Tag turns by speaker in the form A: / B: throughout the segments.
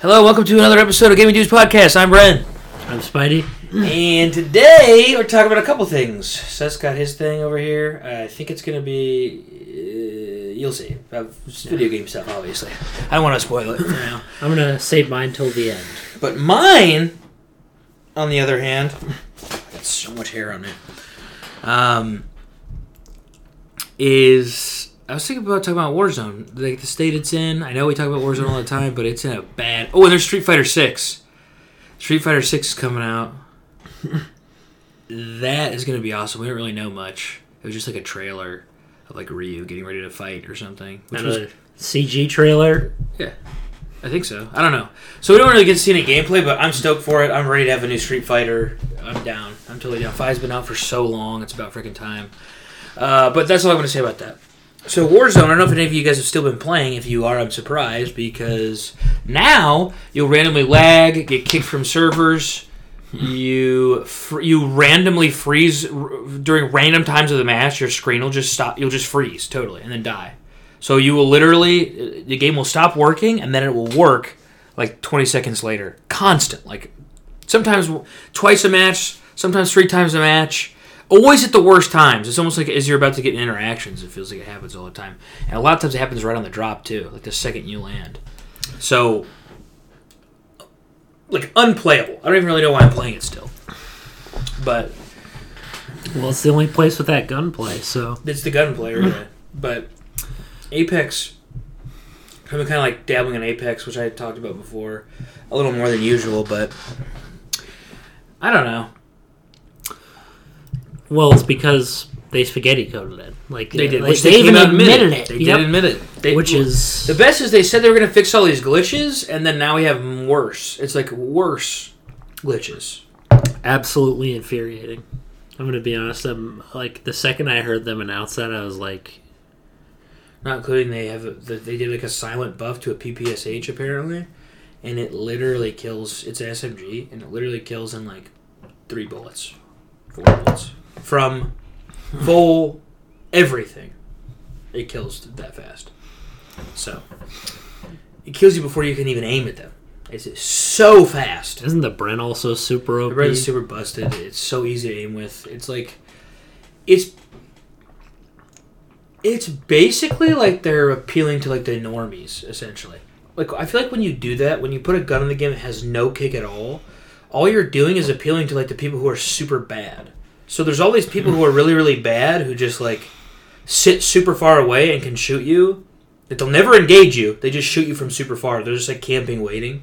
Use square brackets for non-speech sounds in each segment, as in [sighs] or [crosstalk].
A: Hello, welcome to another episode of Gaming News Podcast. I'm Bren.
B: I'm Spidey.
A: And today we're talking about a couple things. Seth's got his thing over here. I think it's going to be. Uh, you'll see. Uh, it's video game stuff, obviously. I don't want to spoil it. You know.
B: I'm gonna save mine till the end.
A: But mine, on the other hand, I got so much hair on me. Um, is I was thinking about talking about Warzone, like the state it's in. I know we talk about Warzone all the time, but it's in a bad. Oh, and there's Street Fighter Six. Street Fighter Six is coming out. that is going to be awesome. We don't really know much. It was just like a trailer of like Ryu getting ready to fight or something, which was
B: Another CG trailer.
A: yeah, I think so. I don't know. So we don't really get to see any gameplay, but I'm stoked for it. I'm ready to have a new Street Fighter. I'm down. I'm totally down. Five's been out for so long; it's about freaking time. Uh, but that's all I want to say about that. So Warzone. I don't know if any of you guys have still been playing. If you are, I'm surprised because now you'll randomly lag, get kicked from servers. You fr- you randomly freeze r- during random times of the match. Your screen will just stop. You'll just freeze totally and then die. So you will literally the game will stop working and then it will work like 20 seconds later, constant. Like sometimes w- twice a match, sometimes three times a match. Always at the worst times. It's almost like as you're about to get in interactions, it feels like it happens all the time. And a lot of times it happens right on the drop too, like the second you land. So like unplayable. I don't even really know why I'm playing it still. But
B: Well, it's the only place with that gunplay, so
A: It's the gunplay, right? but Apex. I've been kind of like dabbling in Apex, which I had talked about before, a little more than usual, but I don't know.
B: well, it's because they spaghetti coded it. Like
A: They did,
B: like,
A: which they, came
B: even
A: out and
B: admitted it.
A: They
B: Yep.
A: did admit it, They-
B: which is
A: the best. Is they said they were going to fix all these glitches, and then now we have worse. It's like worse glitches.
B: absolutely infuriating. I'm gonna be honest. I'm like the second I heard them announce that, I was like,
A: Not including they have a, they did like a silent buff to a PPSH apparently, and it literally kills. It's an SMG, and it literally kills in like three bullets, four bullets from full everything. It kills that fast, so it kills you before you can even aim at them. It's so fast.
B: "Isn't the Bren also super
A: The
B: OP?"
A: bread is super busted. It's so easy to aim with. It's like, it's, it's basically like they're appealing to like the normies essentially. Like I feel like when you do that, when you put a gun in the game that has no kick at all, all you're doing is appealing to like the people who are super bad. So there's all these people who are really really bad who just like sit super far away and can shoot you. That they'll never engage you. They just shoot you from super far. They're just like camping, waiting.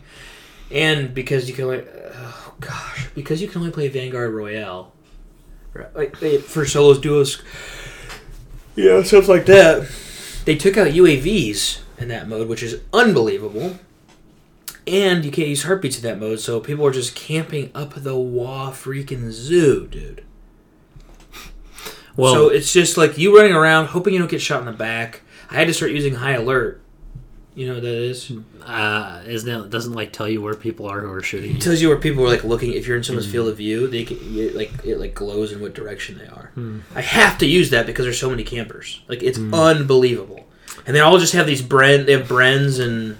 A: And because you can only, oh gosh, because you can only play Vanguard Royale, right, like, they- for solos, duos, yeah, stuff like that. They took out UAVs in that mode, which is unbelievable. And you can't use heartbeats in that mode, so people are just camping up the wah freaking zoo, dude.
B: well,
A: so it's just like you running around hoping you don't get shot in the back. I had to start using high alert. You know what that is?
B: uh, isn't it doesn't like tell you where people are who are shooting? you?
A: It tells you where people are like looking. If you're in someone's field of view, they can, it, like it like glows in what direction they are. I have to use that because there's so many campers. Like it's unbelievable, and they all just have these brand. They have brands and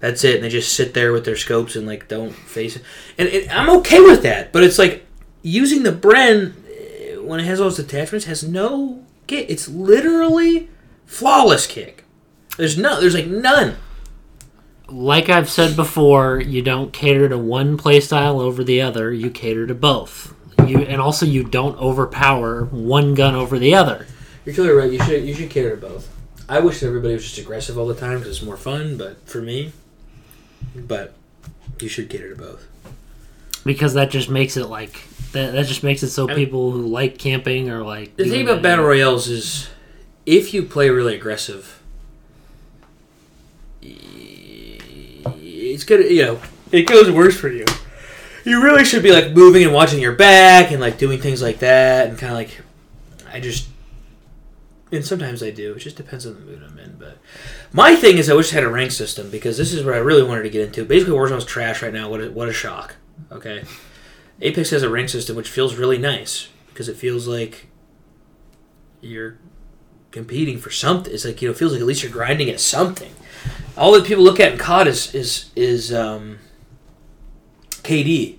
A: that's it. And they just sit there with their scopes and like don't face it. And it, I'm okay with that, but it's like using the brand eh, when it has all those attachments has no kick. It's literally flawless kick. There's no. There's like none.
B: like I've said before, you don't cater to one playstyle over the other. You cater to both. You and also you don't overpower one gun over the other.
A: You're totally right. You should you should cater to both. I wish that everybody was just aggressive all the time because it's more fun. But for me, but you should cater to both.
B: because that just makes it like that, that just makes it so
A: I mean-
B: people who like camping or like
A: The thing about battle royales is, if you play really aggressive, it's gonna you know it goes worse for you. You really should be like moving and watching your back and like doing things like that and kind of like I just and sometimes I do. It just depends on the mood I'm in. But my thing is, I wish I had a rank system because this is what I really wanted to get into. Basically, Warzone's trash right now. What a, what a shock. Okay, Apex has a rank system which feels really nice because it feels like you're competing for something. It's like you know, it feels like at least you're grinding at something. All that people look at in COD is is is um, KD,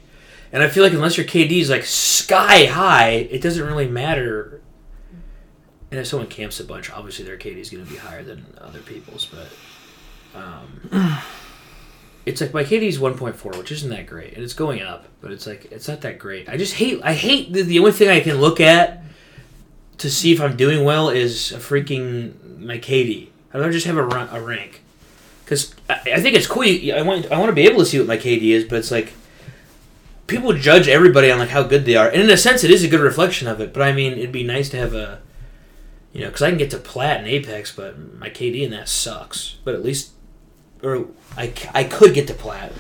A: and I feel like unless your KD is like sky high, it doesn't really matter. And if someone camps a bunch, obviously their KD is going to be higher than other people's, but. Um, [clears throat] it's like my KD's 1.4, which isn't that great, and it's going up, but it's like it's not that great. I just hate I hate the, the only thing I can look at to see if I'm doing well is a freaking my KD. I'd rather just have a, ra- a rank because I, I think it's cool. You, I want I want to be able to see what my KD is, but it's like people judge everybody on like how good they are, and in a sense, it is a good reflection of it. But I mean, it'd be nice to have a you know because I can get to plat in Apex, but my KD in that sucks. But at least or I, c- I could get to plat.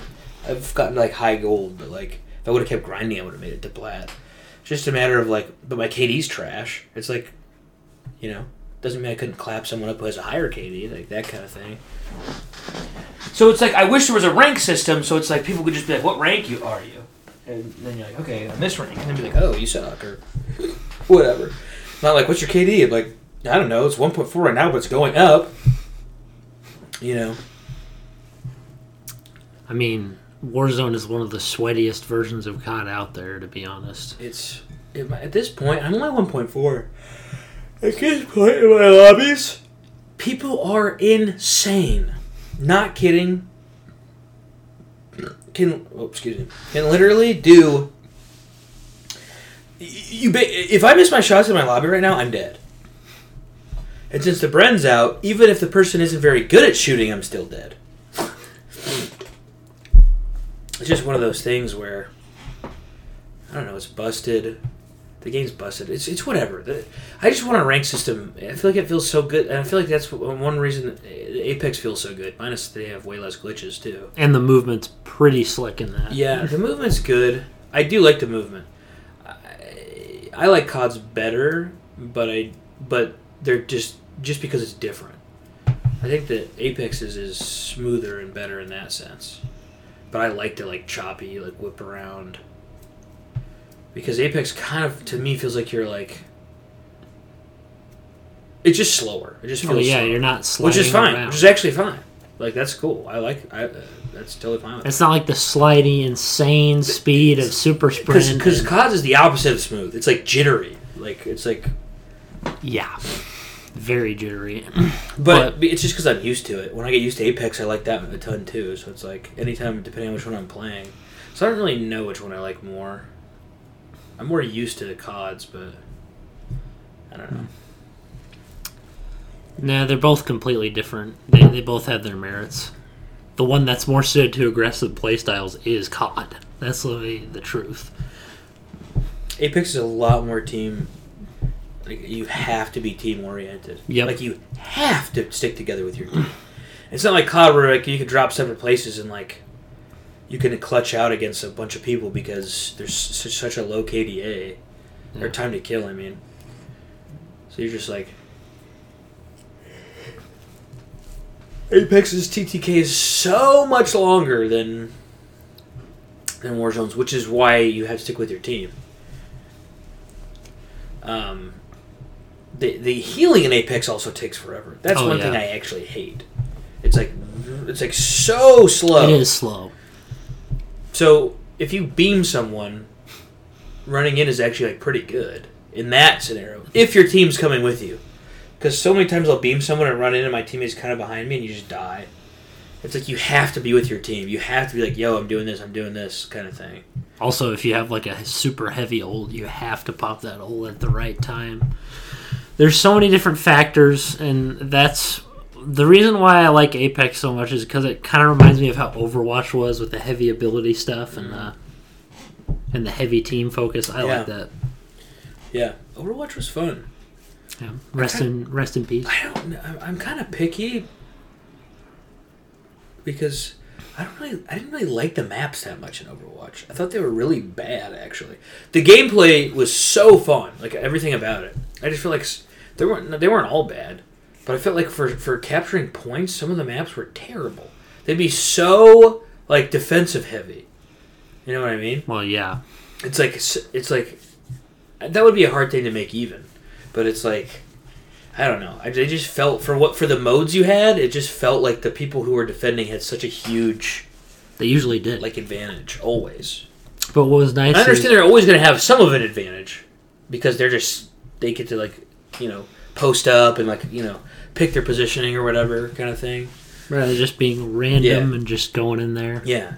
A: I've gotten like high gold, but like if I would have kept grinding, I would have made it to plat. It's just a matter of like, but my KD's trash. It's like, you know, doesn't mean I couldn't clap someone up who has a higher KD, like that kind of thing. So it's like I wish there was a rank system, so it's like people could just be like, "What rank you are you?" And then you're like, "Okay, I'm this rank," and then be like, "Oh, you suck," or [laughs] whatever. Not like, "What's your KD?" I'm like, I don't know. It's 1.4 right now, but it's going up. You know.
B: I mean, Warzone is one of the sweatiest versions of COD out there, to be honest.
A: It's it, at this point I'm only one point four. At this point in my lobbies, people are insane. Not kidding. Can oh, excuse me. Can literally do. You ba- if I miss my shots in my lobby right now, I'm dead. And since the Bren's out, even if the person isn't very good at shooting, I'm still dead. It's just one of those things where I don't know. It's busted. The game's busted. It's it's whatever. The- I just want a rank system. I feel like it feels so good, and I feel like that's one reason that Apex feels so good. Minus they have way less glitches too.
B: And the movement's pretty slick in that.
A: Yeah, the movement's good. I do like the movement. I, I like CODs better, but I but they're just just because it's different. I think that Apex is, is smoother and better in that sense. But I like to like choppy, like whip around. Because Apex kind of to me feels like you're like it's just slower. It just feels
B: Oh, yeah,
A: slower.
B: you're not sliding
A: which is fine,
B: around.
A: which is actually fine. Like that's cool. I like I uh, that's totally fine with
B: It's not like the sliding, insane speed of Super Sprint.
A: because
B: and-
A: COD is the opposite of smooth. It's like jittery. Like it's like,
B: yeah, very jittery.
A: but, it's just because I'm used to it. When I get used to Apex, I like that a ton too. So it's like anytime, depending on which one I'm playing. So I don't really know which one I like more. I'm more used to the CODs, but I don't know.
B: No, they're both completely different. They, they both have their merits. The one that's more suited to aggressive playstyles is COD. That's literally the truth.
A: Apex is a lot more team. Like you have to be team oriented.
B: Yep.
A: Like you have to stick together with your team. It's not like COD where like you could drop separate places and like you can clutch out against a bunch of people because there's such, such a low KDA or
B: Yeah.
A: time to kill. I mean, so you're just like Apex's TTK is so much longer than than Warzone's, which is why you have to stick with your team. Um, the the healing in Apex also takes forever. That's
B: Oh,
A: one
B: yeah.
A: thing I actually hate. It's like it's like so slow.
B: It is slow.
A: So if you beam someone, running in is actually like pretty good in that scenario. If your team's coming with you, because so many times I'll beam someone and run in, and my teammate's kind of behind me, and you just die. It's like you have to be with your team. You have to be like, "Yo, I'm doing this. I'm doing this," kind of thing.
B: Also, if you have like a super heavy old, you have to pop that old at the right time. There's so many different factors, and that's the reason why I like Apex so much is because it kind of reminds me of how Overwatch was with the heavy ability stuff and the and the heavy team focus. I like
A: Yeah.
B: that.
A: Yeah, Overwatch was fun.
B: Yeah. Rest in rest in peace.
A: I don't. kn- I'm, I'm kind of picky because I don't really. I didn't really like the maps that much in Overwatch. I thought they were really bad. Actually, the gameplay was so fun. Like everything about it. I just feel like s- they weren't. They weren't all bad, but I felt like for for capturing points, some of the maps were terrible. They'd be so like defensive heavy. You know what I mean?
B: Well, yeah.
A: it's like it's like that would be a hard thing to make even but it's like I don't know. I they just felt for what for the modes you had, it just felt like the people who were defending had such a huge
B: They usually did.
A: like advantage always.
B: but what was nice?
A: I
B: is-
A: understand they're always going to have some of an advantage because they're just they get to like you know post up and like you know pick their positioning or whatever kind of thing.
B: rather than just being random and just going in there.
A: Yeah,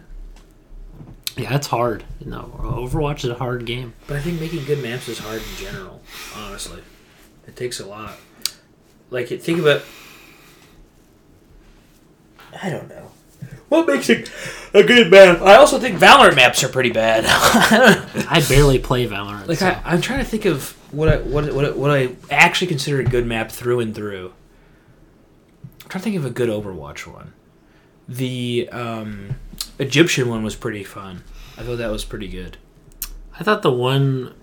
B: Yeah, it's hard. No, Overwatch is a hard game.
A: but I think making good maps is hard in general. Honestly, it takes a lot. Like it- think about. I don't know. What makes a, a good map? I also think Valorant maps are pretty bad. [laughs]
B: I barely play Valorant.
A: like
B: so-
A: I, I'm trying to think of what I what what what I actually consider a good map through and through. I'm trying to think of a good Overwatch one. The um, Egyptian one was pretty fun. I thought that was pretty good.
B: I thought the one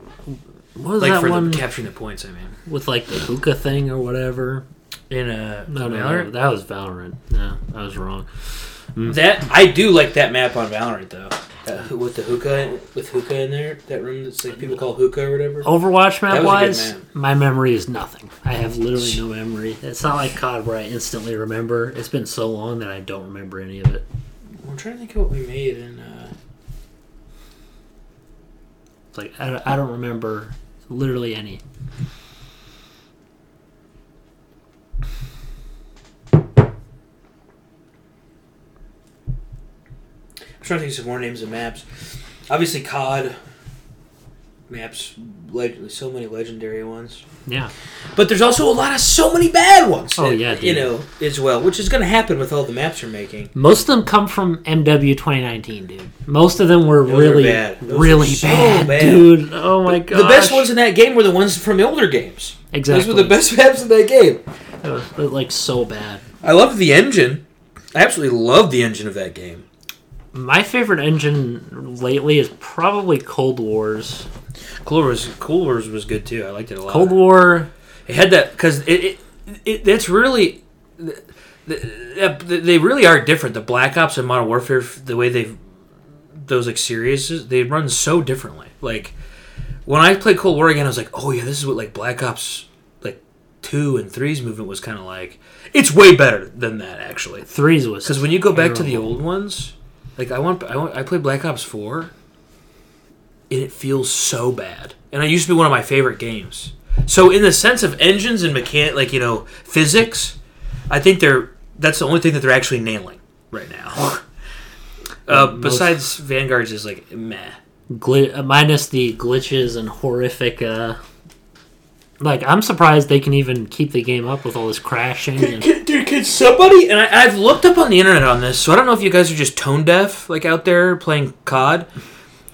B: what was
A: Like
B: that
A: for
B: one
A: the capturing the points, I mean.
B: with like the hookah thing or whatever?
A: In a
B: No, no,
A: Valorant?
B: that was Valorant. Yeah, I was wrong.
A: that I do like that map on Valorant though. That, Uh, with the hookah with hookah in there, that room that's like people call hookah or whatever.
B: Overwatch map wise,
A: map.
B: my memory is nothing. I have literally no memory. It's not like COD where I instantly remember. It's been so long that I don't remember any of it.
A: I'm trying to think of what we made in. Uh,
B: It's like I don't, I don't remember literally any.
A: I'm trying to think of some more names of maps. Obviously, COD maps, leg- so many legendary ones.
B: Yeah,
A: But there's also a lot of so many bad ones.
B: Oh, yeah,
A: you
B: dude.
A: know as well, which is going to happen with all the maps you're making.
B: most of them come from MW 2019, dude. Most of them were
A: Those are
B: really,
A: bad. Those are
B: really
A: so
B: bad,
A: bad.
B: dude. Oh my god,
A: The best ones in that game were the ones from the older games.
B: exactly.
A: Those were the best maps in that game.
B: It was, it was, like so bad.
A: I loved the engine. I absolutely loved the engine of that game.
B: My favorite engine lately is probably Cold Wars.
A: Cold Wars, Cold Wars was good too. I liked it a lot.
B: Cold War.
A: It had that because it, it, it that's really th- th- th- they really are different. The Black Ops and Modern Warfare, the way they those like series, they run so differently. Like when I played Cold War again, I was like, oh yeah, this is what like Black Ops like two and three's movement was kind of like. It's way better than that actually.
B: Threes was
A: Because when you go back to the old ones, like I want, I want, I played Black Ops Four, and it feels so bad. And it used to be one of my favorite games. So in the sense of engines and mechan, like you know physics, I think they're that's the only thing that they're actually nailing right now. uh,
B: most-
A: besides Vanguard's is like meh.
B: gli- uh, minus the glitches and horrific. Uh, like I'm surprised they can even keep the game up with all
A: [laughs]
B: this crashing. And,
A: dude, can somebody? And I, I've looked up on the internet on this, so I don't know if you guys are just tone deaf, like out there playing COD.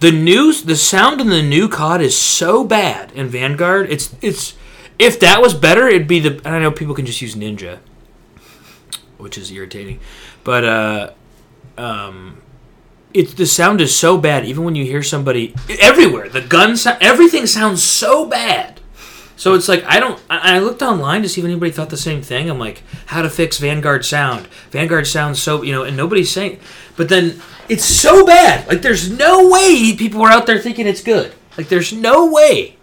A: The news, the sound in the new COD is so bad in Vanguard. It's it's if that was better, it'd be the. And I know people can just use Ninja, which is irritating, but uh, um, it's the sound is so bad. Even when you hear somebody everywhere, the gun, sound, everything sounds so bad. So it's like I don't. I, I looked online to see if anybody thought the same thing. I'm like, how to fix Vanguard sound? Vanguard sounds so you know, and nobody's saying. But then it's so bad. Like there's no way people were out there thinking it's good. Like there's no way.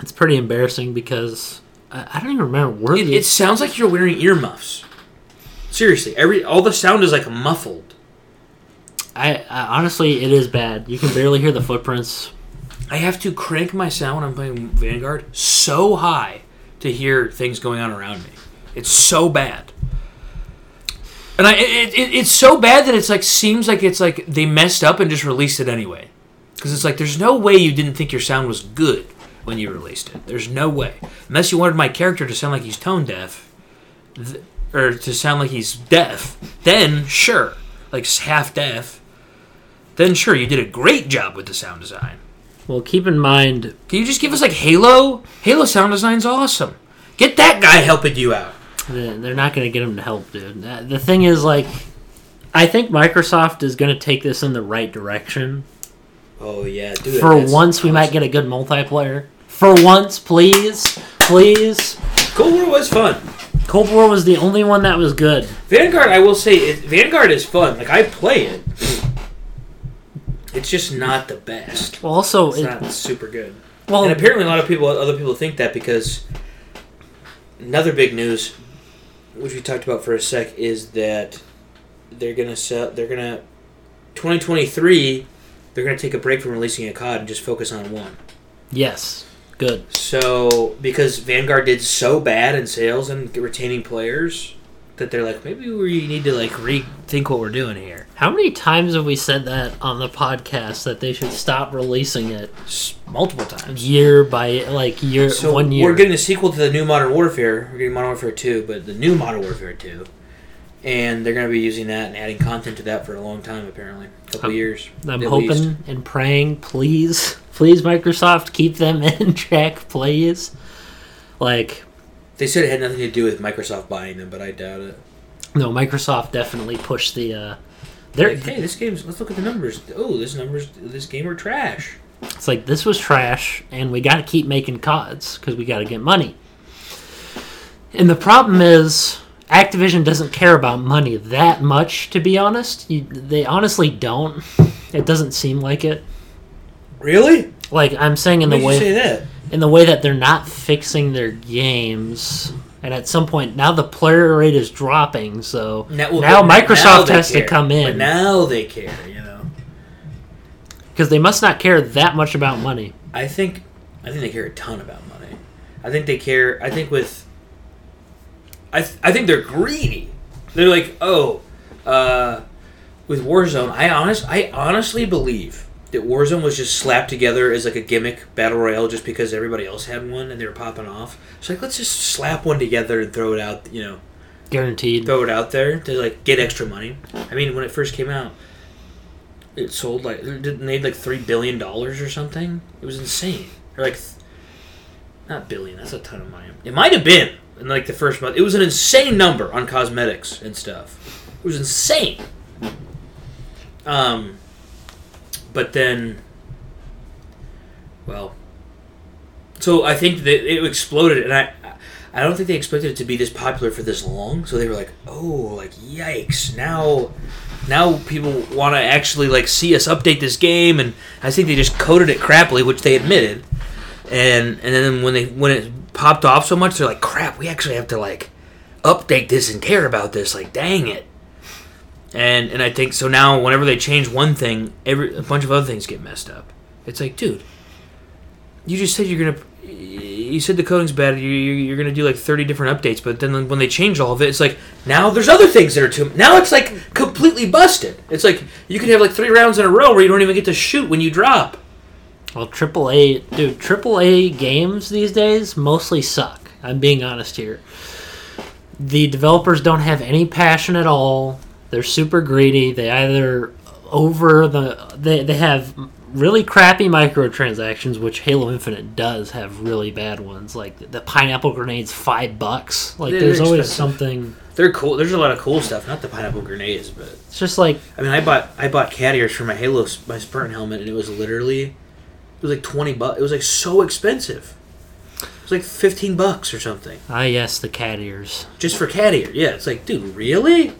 B: it's pretty embarrassing because I, I don't even remember where
A: It,
B: the
A: it sounds like you're wearing earmuffs. Seriously, every all the sound is like muffled.
B: I, I honestly, it is bad. You can barely hear the footprints.
A: I have to crank my sound when I'm playing Vanguard so high to hear things going on around me. It's so bad. And I, it, it, it's so bad that it's like seems like it's like they messed up and just released it anyway, because it's like there's no way you didn't think your sound was good when you released it. There's no way, unless you wanted my character to sound like he's tone deaf, th- or to sound like he's deaf. Then sure, like s- half deaf. Then sure, you did a great job with the sound design.
B: Well, keep in mind,
A: Can you just give us like Halo? Halo sound design's awesome. Get that guy helping you out.
B: th- they're not going to get him to help, dude. Uh, The thing is, like, I think Microsoft is going to take this in the right direction.
A: Oh yeah, do it.
B: For once, we might get a good multiplayer. For once, please, please.
A: Cold War was fun.
B: Cold War was the only one that was good.
A: Vanguard, I will say, it, Vanguard is fun. Like I play it. It's just not the best.
B: Well, also,
A: It's
B: it,
A: not super good.
B: Well,
A: and apparently, a lot of people, other people, think that because another big news, which we talked about for a sec, is that they're gonna sell. They're gonna 2023. They're gonna take a break from releasing a COD and just focus on one.
B: yes, good.
A: So because Vanguard did so bad in sales and retaining players that they're like, maybe we need to like rethink what we're doing here.
B: How many times have we said that on the podcast that they should stop releasing it
A: S- Multiple times.
B: year by like year
A: So
B: one year?
A: we're getting a sequel to the new Modern Warfare. We're getting Modern Warfare Two, but the new Modern Warfare Two, and they're going to be using that and adding content to that for a long time. Apparently, a couple
B: I'm-
A: years.
B: I'm
A: at
B: hoping
A: least.
B: and praying, please, [laughs] please, Microsoft, keep them [laughs] in check, please. Like,
A: They said it had nothing to do with Microsoft buying them, but I doubt it.
B: no, Microsoft definitely pushed the. Uh,
A: They're,
B: their,
A: like, hey, this game's. Let's look at the numbers. Oh, this numbers. This game are trash.
B: It's like this was trash, and we got to keep making CODs because we got to get money. And the problem is, Activision doesn't care about money that much. To be honest, you, they honestly don't. [laughs] It doesn't seem like it.
A: Really?
B: Like I'm saying in
A: Why
B: the
A: did
B: way
A: you say that?
B: in the way that they're not fixing their games. And at some point, now the player rate is dropping, so
A: Now, well,
B: now
A: but now
B: Microsoft
A: they
B: has to
A: care.
B: come
A: But
B: in
A: now they care. You know.
B: because they must not care that much about money.
A: I think I think they care a ton about money. I think they care. I think with I th- I think they're greedy. They're like, oh, uh, with Warzone. I honest I honestly believe that Warzone was just slapped together as like a gimmick battle royale, just because everybody else had one and they were popping off. So like, let's just slap one together and throw it out. You know,
B: Guaranteed.
A: throw it out there to like get extra money. I mean, when it first came out, it sold like it did- made like three billion dollars or something. It was insane. Or like, th- not billion. That's a ton of money. It might have been in like the first month. It was an insane number on cosmetics and stuff. It was insane. Um, but then, well, so I think that it exploded, and I, I don't think they expected it to be this popular for this long. So they were like, "Oh, like yikes! Now, now people want to actually like see us update this game." And I think they just coded it crappily, which they admitted. And and then when they when it popped off so much, they're like, "Crap! We actually have to like update this and care about this. Like, dang it!" And and I think so now. Whenever they change one thing, every a bunch of other things get messed up. It's like, dude, you just said you're gonna. You said the coding's bad. You, you, you're gonna do like 30 different updates, but then when they change all of it, it's like now there's other things that are too. Now it's like completely busted. It's like you can have like three rounds in a row where you don't even get to shoot when you drop.
B: Well, triple A, dude, triple A games these days mostly suck. I'm being honest here. The developers don't have any passion at all. They're super greedy. They either over the they they have really crappy microtransactions, which Halo Infinite does have really bad ones. Like the pineapple grenades, five bucks. Like
A: They're
B: there's always
A: expensive.
B: something.
A: They're cool. There's a lot of cool stuff. Not the pineapple grenades, but
B: It's just like
A: I mean, I bought I bought cat ears for my Halo s- my Spartan helmet, and it was literally it was like 20 bucks. It was like so expensive. It was like 15 bucks or something.
B: ah yes, the cat ears.
A: just for cat ear. Yeah, it's like, dude, really?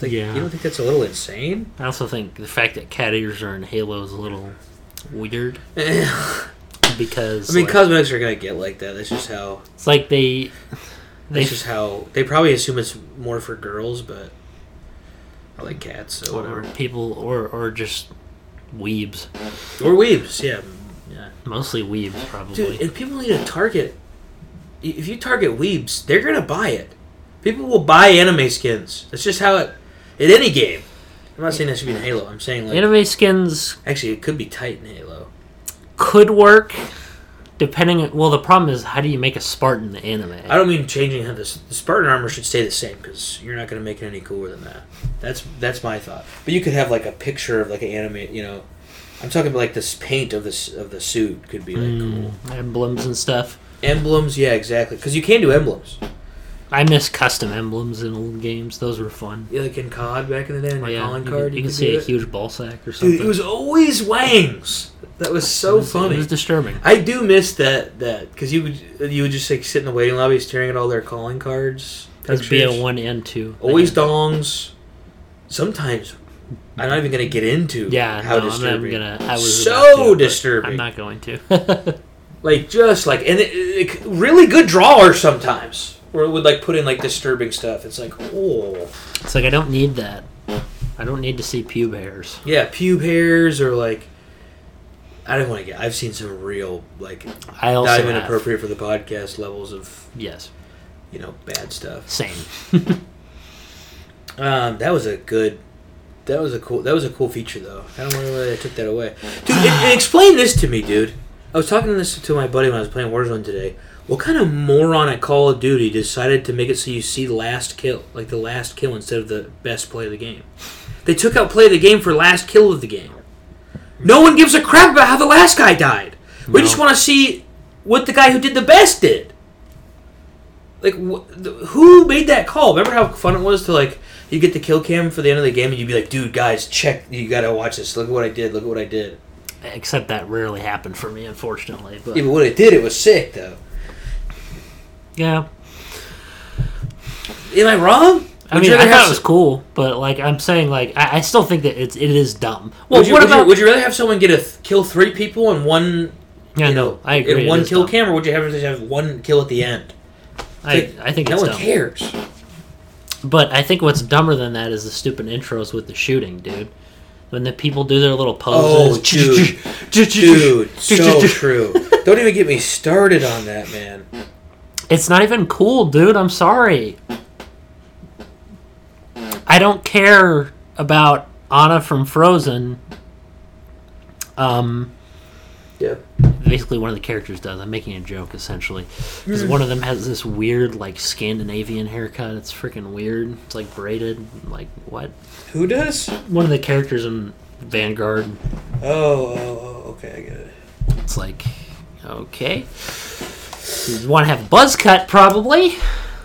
A: Like,
B: Yeah.
A: You don't think that's a little
B: [laughs]
A: insane?
B: I also think the fact that cat ears are in Halo is a little weird
A: I
B: because
A: mean,
B: like-
A: cosmetics are gonna get like that. That's just how.
B: It's like they, they
A: That's just how they probably assume it's more for girls, but I like cats, so
B: or
A: whatever.
B: people or or just weebs,
A: Or weebs, yeah, yeah.
B: mostly weebs probably.
A: Dude, and people need to target. i- If you target weebs, they're gonna buy it. People will buy anime skins. That's just how it. In any game, I'm not saying that should be in Halo. I'm saying like
B: Anime skins
A: actually, it could be tight in Halo.
B: could work, depending. on- Well, the problem is how do you make a Spartan anime?
A: I don't mean changing how this. The Spartan armor should stay the same because you're not going to make it any cooler than that. That's that's my thought. But you could have like a picture of like an anime. You know, I'm talking about like this paint of this of the suit could be like
B: Mm,
A: cool.
B: emblems and stuff.
A: Emblems, yeah, exactly. Because you can do emblems.
B: I miss custom emblems in old games. Those were fun.
A: Yeah, like in COD back in the day, in
B: Oh,
A: the
B: yeah,
A: calling
B: you,
A: card,
B: could,
A: you,
B: you could
A: could
B: see
A: do
B: a
A: it.
B: huge ball sack or something.
A: Dude, it was always wangs. That was so
B: It was-
A: funny.
B: It was disturbing.
A: I do miss that that because you would you would just like sit in the waiting lobby staring at all their calling cards.
B: It was
A: pictures.
B: BO one and two.
A: Always dongs. Sometimes I'm not even gonna get into
B: Yeah,
A: how
B: no,
A: disturbing.
B: I'm not gonna. I was
A: So
B: about to, but
A: disturbing.
B: I'm not going to. [laughs]
A: Like just like and it, it, really good drawers sometimes where it would like put in like disturbing stuff. It's like oh
B: it's like I don't need that. I don't need to see pube hairs.
A: yeah, pube hairs or like I don't want to get. I've seen some real like
B: I also
A: not even
B: have-
A: appropriate for the podcast levels of
B: Yes,
A: you know bad stuff.
B: same.
A: Um, that was a good. That was a cool. That was a cool feature though. I don't know why they took that away, dude. and, and
B: [sighs]
A: explain this to me, dude. I was talking this to my buddy when I was playing Warzone today. What kind of moron at Call of Duty decided to make it so you see last kill, like the last kill, instead of the best play of the game? They took out play of the game for last kill of the game. No one gives a crap about how the last guy died. We
B: No.
A: just want to see what the guy who did the best did. Like, wh- th- who made that call? Remember how fun it was to like you get the kill cam for the end of the game and you'd be like, "Dude, guys, check! You gotta watch this. Look at what I did. Look at what I did."
B: Except that rarely happened for me, unfortunately. But
A: Even what it did, it was sick though.
B: yeah,
A: Am I wrong?
B: I
A: Would
B: mean,
A: you rather
B: I
A: have
B: thought it
A: so-
B: was cool, but like I'm saying, like I, I still think that it's it is dumb. Well,
A: Would you,
B: what
A: would you-
B: about?
A: would you rather have someone get a th- kill three people in one?
B: yeah,
A: you
B: no,
A: know,
B: I agree.
A: In
B: it
A: one
B: is
A: kill
B: dumb.
A: cam, or would you have to have one kill at the end?
B: I, I think
A: no
B: it's
A: one
B: dumb.
A: cares.
B: [laughs] But I think what's dumber than that is the stupid intros with the shooting, dude. When the people do their little poses.
A: Oh,
B: [laughs]
A: dude. Dude, so true. Don't even get me started on that, man.
B: It's not even cool, dude. I'm sorry. I don't care about Anna from Frozen. Um,
A: Yeah.
B: basically, one of the characters does. I'm making a joke, essentially. 'Cause one of them has this weird, like, Scandinavian haircut. It's freaking weird. It's, like, braided. Like, what?
A: Who does?
B: One of the characters in Vanguard
A: Oh, oh, oh, okay, I get it.
B: It's like, okay. You want to have a buzz cut, probably.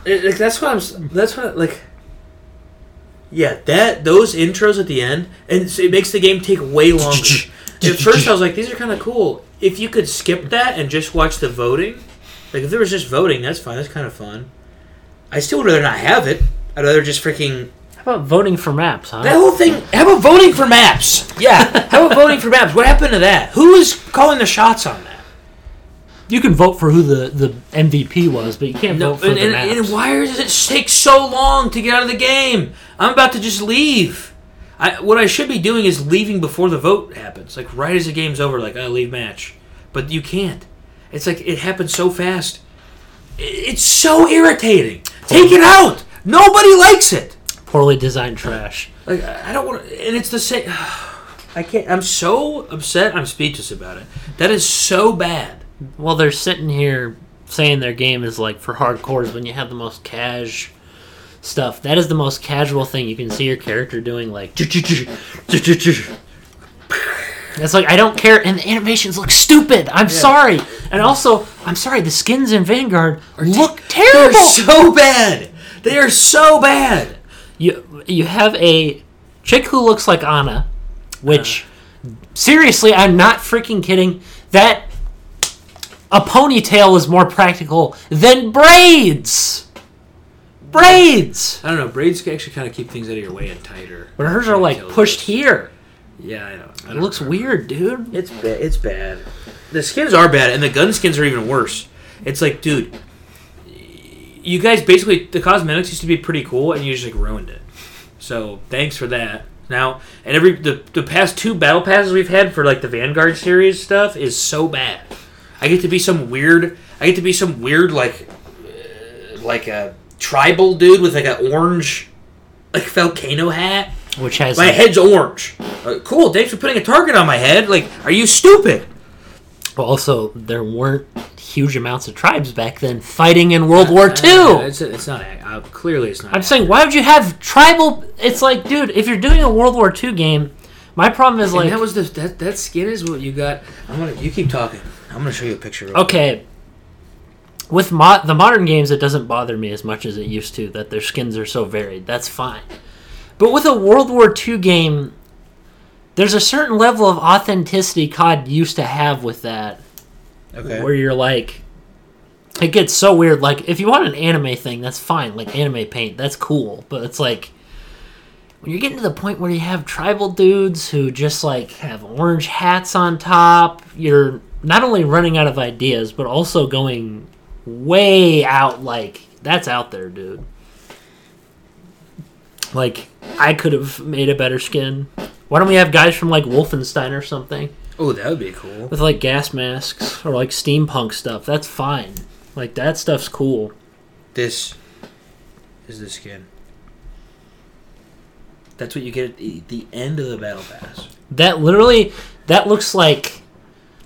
A: It- like, that's what I'm. s- That's what like. Yeah, that those intros at the end, and so it makes the game take [laughs] way longer. at first, I was like, these are kind of cool. If you could skip that and just watch the voting, like if there was just voting, that's fine. That's kind of fun. I still would rather not have it. I'd rather just freaking
B: How about voting for maps, huh?
A: That whole thing. How about voting for maps? Yeah. [laughs] How about voting for maps? What happened to that? Who is calling the shots on that?
B: you can vote for who the, the MVP was, but you can't vote for
A: and,
B: the
A: and,
B: maps.
A: and why does it take so long to get out of the game? I'm about to just leave. I, what I should be doing is leaving before the vote happens. Like right as the game's over, like I leave match, but you can't. It's like it happens so fast. I- It's so irritating. Take it out. Nobody likes it.
B: Poorly designed trash.
A: Like I I don't want to, and it's the same. [sighs] I can't. I'm so upset. I'm speechless about it. That is so
B: [laughs]
A: bad.
B: Well, they're sitting here saying their game is like for hardcores when you have the most cash stuff. That is the most casual thing you can see your character doing, like. That's like I don't care, and the animations look stupid. I'm sorry, and also I'm sorry. The skins in Vanguard look
A: They're
B: terrible.
A: so bad. They are so bad.
B: you you have a chick who looks like Anna, which seriously, I'm not freaking kidding. That a ponytail is more practical than braids. Braids,
A: I don't know. Braids can actually kind of keep things out of your way and tighter.
B: but hers are like pushed here.
A: Yeah, I know. I
B: It looks weird, dude.
A: It's bad. It's bad. The skins are bad, and the gun skins are even worse. It's like, dude, you guys basically the cosmetics used to be pretty cool, and you just like ruined it. So thanks for that. Now, and every the, the past two battle passes we've had for like the Vanguard series stuff is so bad. I get to be some weird. I get to be some weird like uh, like a tribal dude with like an orange like volcano hat.
B: Which has
A: My head's orange. Uh, cool. Thanks for putting a target on my head. Like, are you stupid?
B: but also there weren't huge amounts of tribes back then fighting in World War II.
A: Uh, it's, it's not. Uh, clearly, it's not.
B: I'm saying, why would you have tribal? It's like, dude, if you're doing a World War II game, my problem is like
A: and that was the that that skin is what you got. I'm gonna. You keep talking. I'm gonna show you a picture. Real
B: okay with mo- the modern games it doesn't bother me as much as it used to that their skins are so varied that's fine but with a world war ii game there's a certain level of authenticity cod used to have with that
A: quick. Okay.
B: where you're like it gets so weird like if you want an anime thing that's fine like anime paint that's cool but it's like when you're getting to the point where you have tribal dudes who just like have orange hats on top, you're not only running out of ideas, but also going way out like that's out there, dude. Like I could have made a better skin. Why don't we have guys from like Wolfenstein or something
A: Oh, that would be cool.
B: with like gas masks or like steampunk stuff? That's fine. Like that stuff's cool.
A: This is the skin. That's what you get at the, the end of the battle pass.
B: That literally that looks like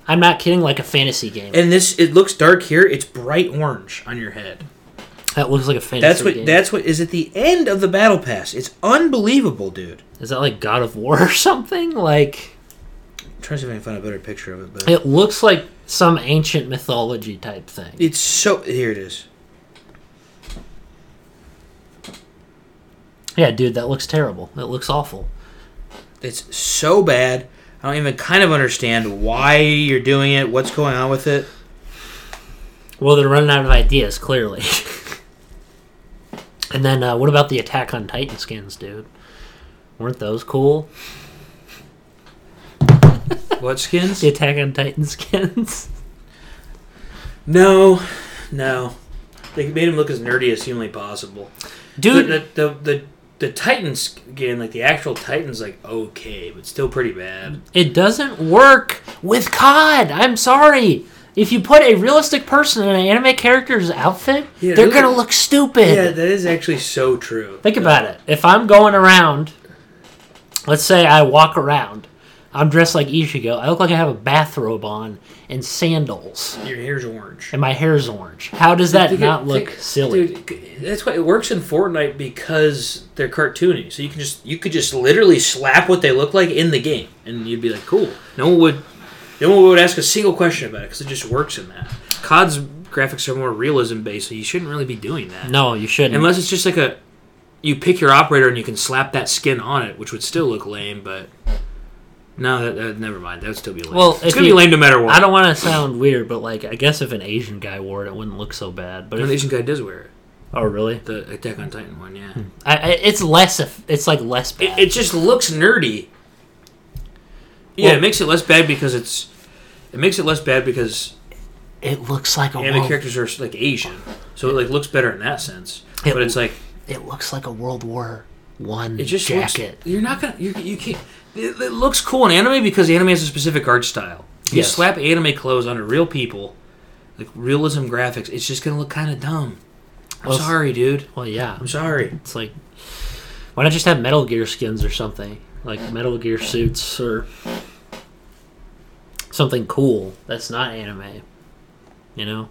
B: I'm not kidding, like a fantasy game.
A: And this, it looks dark here. It's bright orange on your head.
B: that looks like a fantasy
A: That's what.
B: game.
A: That's what is at the end of the battle pass. It's unbelievable, dude.
B: Is that like God of War [laughs] or something? Like
A: I'm trying to see if I can find a better picture of it, but
B: it looks like some ancient mythology type thing.
A: it's so. Here it is.
B: yeah, dude, that looks terrible. That looks awful.
A: It's so bad. I don't even kind of understand why you're doing it. What's going on with it?
B: Well, they're running out of ideas, clearly. [laughs] and then uh, what about the Attack on Titan skins, dude? Weren't those cool?
A: [laughs] What skins?
B: The Attack on Titan [laughs] skins.
A: No, no. They made him look as nerdy as humanly possible.
B: Dude,
A: the the the, the, the Titans again, like the actual Titans, like okay, but still pretty bad.
B: It doesn't work with COD. I'm sorry. If you put a realistic person in an anime character's outfit,
A: Yeah,
B: they're
A: those
B: gonna
A: are-
B: look stupid.
A: Yeah, that is actually so true.
B: Think about it. If I'm going around, let's say I walk around, I'm dressed like Ichigo. I look like I have a bathrobe on and sandals,
A: Your hair's orange.
B: and my hair's orange. How does that
A: Dude,
B: not
A: dude,
B: look
A: dude,
B: silly?
A: Dude, that's why it works in Fortnite because they're cartoony. So you can just you could just literally slap what they look like in the game, and you'd be like, cool. No one would, no one would ask a single question about it because it just works in that. COD's graphics are more realism based, so you shouldn't really be doing that
B: No, you shouldn't.
A: unless it's just like a you pick your operator and you can slap that skin on it, which would still look lame, but. No, that, that, never mind. That would still be lame.
B: Well, if
A: it's gonna
B: you-
A: be lame no matter what.
B: I don't want to sound weird, but like I guess if an Asian guy wore it, it wouldn't look so bad. But
A: An
B: if,
A: Asian guy does wear it.
B: oh, really?
A: The Attack on Titan one, yeah.
B: I, I, it's less. If, it's like less bad.
A: it, it just looks nerdy. Yeah,
B: Well-
A: it makes it less bad because it's it makes it less bad because
B: It looks like a
A: anime
B: world,
A: characters are like Asian, so it like looks better in that sense.
B: It-
A: but it's like
B: It looks like a World War One
A: it just
B: jacket.
A: Looks, you're not gonna you, you can't. It, it looks cool in anime because anime has a specific art style. You
B: Yes.
A: slap anime clothes onto real people, like realism graphics. It's just gonna look kind of dumb. I'm
B: Well,
A: sorry, dude.
B: well, yeah,
A: I'm sorry.
B: it's like why not just have Metal Gear skins or something like Metal Gear suits or something cool that's not anime. You know,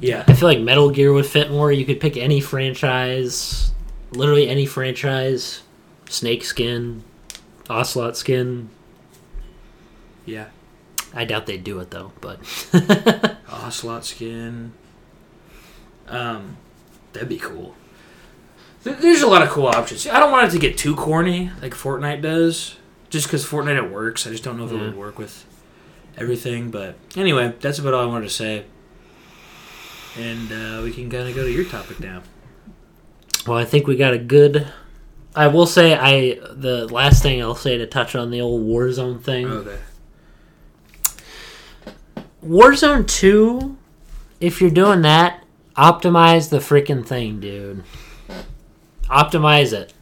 A: Yeah,
B: I feel like Metal Gear would fit more. You could pick any franchise, literally any franchise. Snake skin, ocelot skin.
A: yeah.
B: I doubt they'd do it though, but [laughs]
A: ocelot skin. Um, that'd be cool. There- There's a lot of cool options. I don't want it to get too corny like Fortnite does, just because Fortnite it works. I just don't know if it
B: Yeah.
A: would work with everything. But anyway, that's about all I wanted to say. And uh, we can kind of go to your topic now.
B: Well, I think we got a good. I will say I the last thing I'll say to touch on the old Warzone thing.
A: Okay.
B: Warzone two, if you're doing that, optimize the freaking thing, dude. Optimize it.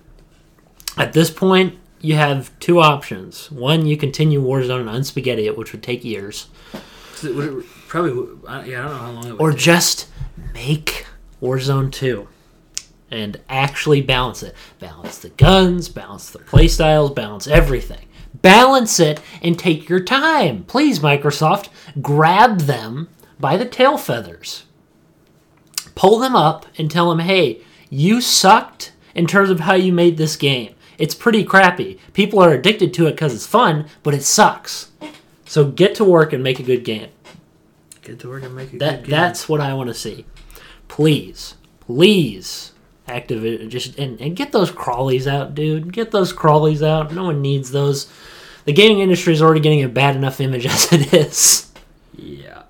B: At this point, you have two options. One, you continue Warzone and unspaghetti it, which would take years.
A: So would it probably. would- I- Yeah, I don't know how long it would.
B: or
A: take.
B: just make Warzone 2 and actually balance it. Balance the guns, balance the playstyles, balance everything. Balance it and take your time. Please, Microsoft, grab them by the tail feathers. Pull them up and tell them, hey, you sucked in terms of how you made this game. It's pretty crappy. People are addicted to it because it's fun, but it sucks. So get to work and make a good game.
A: get to work and make a
B: That
A: good game.
B: that's what I want to see. Please, please activate just and, and get those crawlies out, dude. Get those crawlies out. No one needs those. The gaming industry is already getting a bad enough image [laughs] as it is.
A: yeah,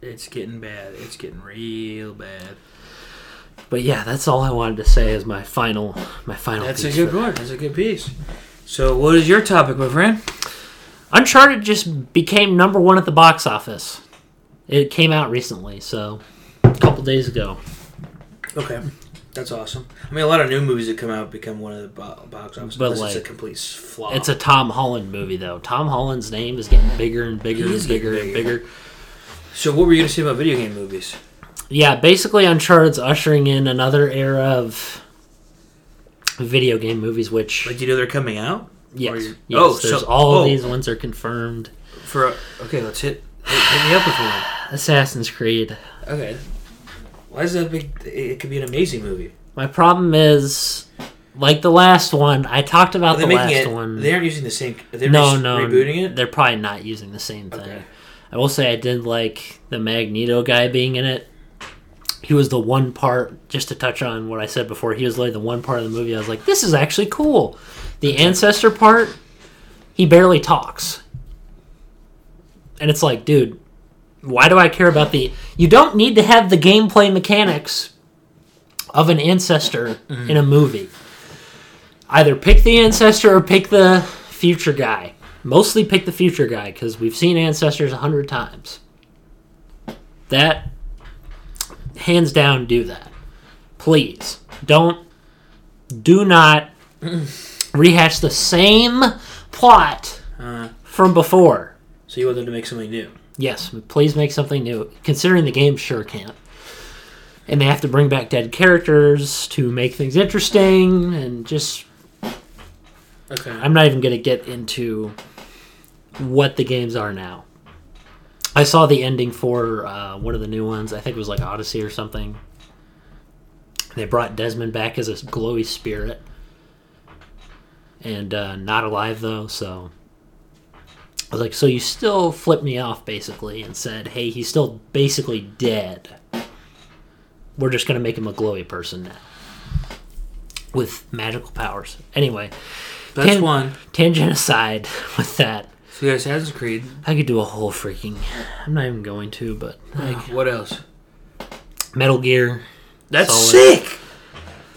A: it's getting bad. It's getting real bad.
B: But yeah, that's all I wanted to say as my final my final.
A: That's a
B: piece
A: good
B: for-
A: one. That's a good piece. So, what is your topic, my friend?
B: Uncharted just became number one at the box office. It came out recently, so a couple days ago.
A: Okay, that's awesome. I mean, a lot of new movies that come out become one of the bo- box office.
B: But,
A: But it's a
B: like,
A: complete s- flop.
B: It's a Tom Holland movie, though. Tom Holland's name is getting bigger and bigger
A: He
B: and
A: is getting
B: bigger, and
A: bigger.
B: bigger.
A: so, what were you gonna say about video game movies?
B: Yeah, basically, Uncharted's ushering in another era of video game movies, which
A: Like, do you know they're coming out?
B: yes,
A: or you-
B: yes
A: oh,
B: there's
A: so-
B: all
A: oh.
B: of these ones are confirmed.
A: For a, okay, let's hit hit, hit me up with one.
B: Assassin's Creed.
A: Okay, why is that a big? It could be an amazing movie.
B: My problem is, like the last one, I talked
A: Are
B: about
A: they
B: the
A: making
B: last
A: it?
B: one.
A: They aren't using the same. Are they
B: no,
A: re-
B: no,
A: rebooting it.
B: They're probably not using the same thing.
A: Okay.
B: I will say I did like the Magneto guy being in it. He was the one part, just to touch on what I said before. He was like the one part of the movie I was like, "This is actually cool." The ancestor part, he barely talks, and it's like, dude, why do I care about the? You don't need to have the gameplay mechanics of an ancestor
A: Mm-hmm.
B: in a movie. Either pick the ancestor or pick the future guy. Mostly pick the future guy because we've seen ancestors a hundred times. That hands down, do that. Please don't, do not [clears throat] rehash the same plot
A: Uh,
B: from before.
A: so you want them to make something new?
B: Yes, please make something new. Considering the game sure can't. And they have to bring back dead characters to make things interesting and just
A: Okay.
B: I'm not even going to get into what the games are now. I saw the ending for uh, one of the new ones. I think it was like Odyssey or something. They brought Desmond back as a glowy spirit. And uh, not alive, though, so. I was like, so you still flipped me off, basically, and said, hey, he's still basically dead. We're just going to make him a glowy person now. With magical powers. Anyway,
A: That's
B: Can-
A: one.
B: tangent aside [laughs] with that
A: So you got Assassin's Creed.
B: i could do a whole freaking i'm not even going to but
A: [sighs]
B: like
A: what else?
B: metal gear
A: That's
B: Solid.
A: sick.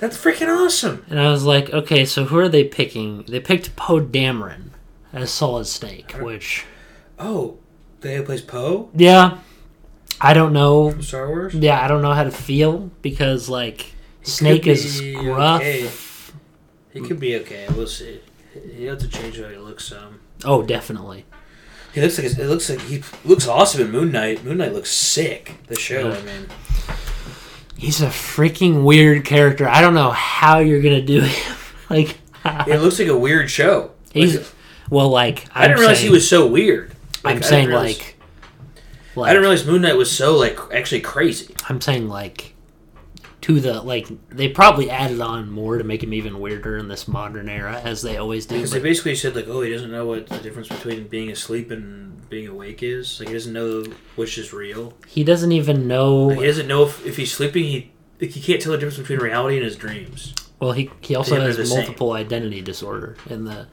A: That's freaking awesome.
B: and i was like okay so who are they picking they picked poe dameron as solid snake which
A: Oh, they plays Poe
B: yeah i don't know
A: from Star Wars.
B: yeah i don't know how to feel because like
A: Could
B: snake is
A: be
B: gruff
A: okay. He could be okay. We'll see. You have to change how he looks. Um,
B: oh definitely
A: he looks like it looks like he looks awesome in Moon Knight. Moon Knight looks sick. The show, I mean,
B: he's a freaking weird character i don't know how you're gonna do [laughs] him like
A: it looks like a weird show. Like,
B: he's well like
A: I didn't
B: I'm
A: realize
B: saying-
A: he was so weird. Like, I
B: i'm
A: didn't
B: saying
A: realize-
B: like
A: I didn't realize Moon Knight was so like actually crazy.
B: I'm saying like to the like they probably added on more to make him even weirder in this modern era as they always do.
A: Because they
B: But
A: basically said like, oh, he doesn't know what the difference between being asleep and being awake is. Like he doesn't know which is real.
B: he doesn't even
A: Like, he
B: know.
A: doesn't know if, if he's sleeping. He like, he can't tell the difference between reality and his dreams.
B: Well, he he also
A: Yeah, they're
B: has
A: the same.
B: multiple identity disorder in the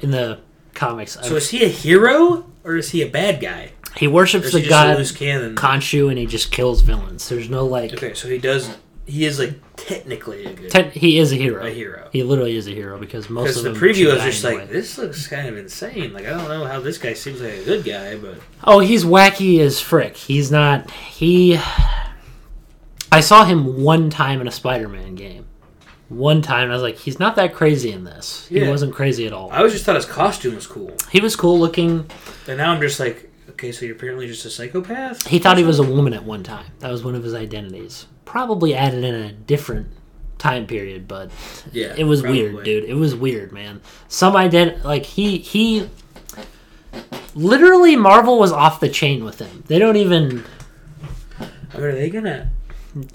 B: in the comics.
A: So is he a hero or is he a bad guy?
B: he
A: Or
B: worships
A: is he
B: the
A: just a
B: god
A: loose cannon?
B: Khonshu and he just kills villains. There's no like.
A: Okay, so he does. He is like technically a good
B: Ten, he is a hero.
A: a hero.
B: He literally is a hero because most
A: Because
B: of
A: the
B: them
A: preview
B: should
A: was
B: die
A: just
B: anyway.
A: like this looks kind of insane. Like I don't know how this guy seems like a good guy, but
B: Oh, he's wacky as frick. He's not. He. I saw him one time in a Spider Man game. One time, and I was like, he's not that crazy in this. He
A: Yeah.
B: wasn't crazy at all.
A: I always just thought his costume was cool.
B: He was cool looking.
A: And now I'm just like, okay, so you're apparently just a psychopath.
B: He thought he was a woman at one time. That was one of his identities. Probably added in a different time period, but
A: Yeah,
B: it was
A: probably.
B: weird, dude. It was weird, man. Some ident like he he literally Marvel was off the chain with him. They don't even
A: I mean, are they gonna?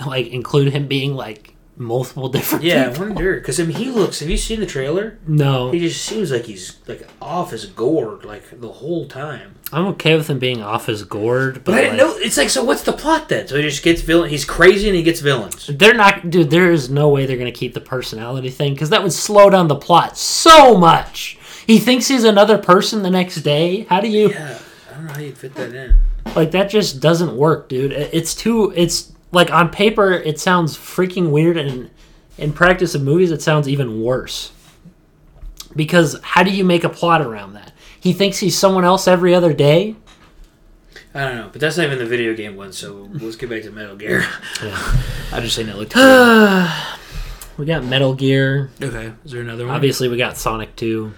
B: like include him being like multiple different
A: Yeah, I
B: people.
A: wonder. Because I mean, he looks. Have you seen the trailer?
B: no
A: He just seems like he's like off his gourd like the whole time.
B: i'm okay with him being off his gourd but,
A: But I didn't
B: like,
A: know. It's like, so what's the plot then? So he just gets villain. He's crazy and he gets villains.
B: they're not dude there is no way they're gonna keep the personality thing because that would slow down the plot so much he thinks he's another person the next day how do you
A: Uh, Yeah, I don't know how you fit that in.
B: like that just doesn't work dude It- it's too it's like on paper it sounds freaking weird and in practice in movies it sounds even worse because how do you make a plot around that he thinks he's someone else every other day
A: I don't know, but that's not even the video game one. So let's get back to Metal Gear. [laughs] I just saying that [sighs] looked.
B: [sighs] we got metal gear
A: okay, is there another one?
B: obviously we got sonic 2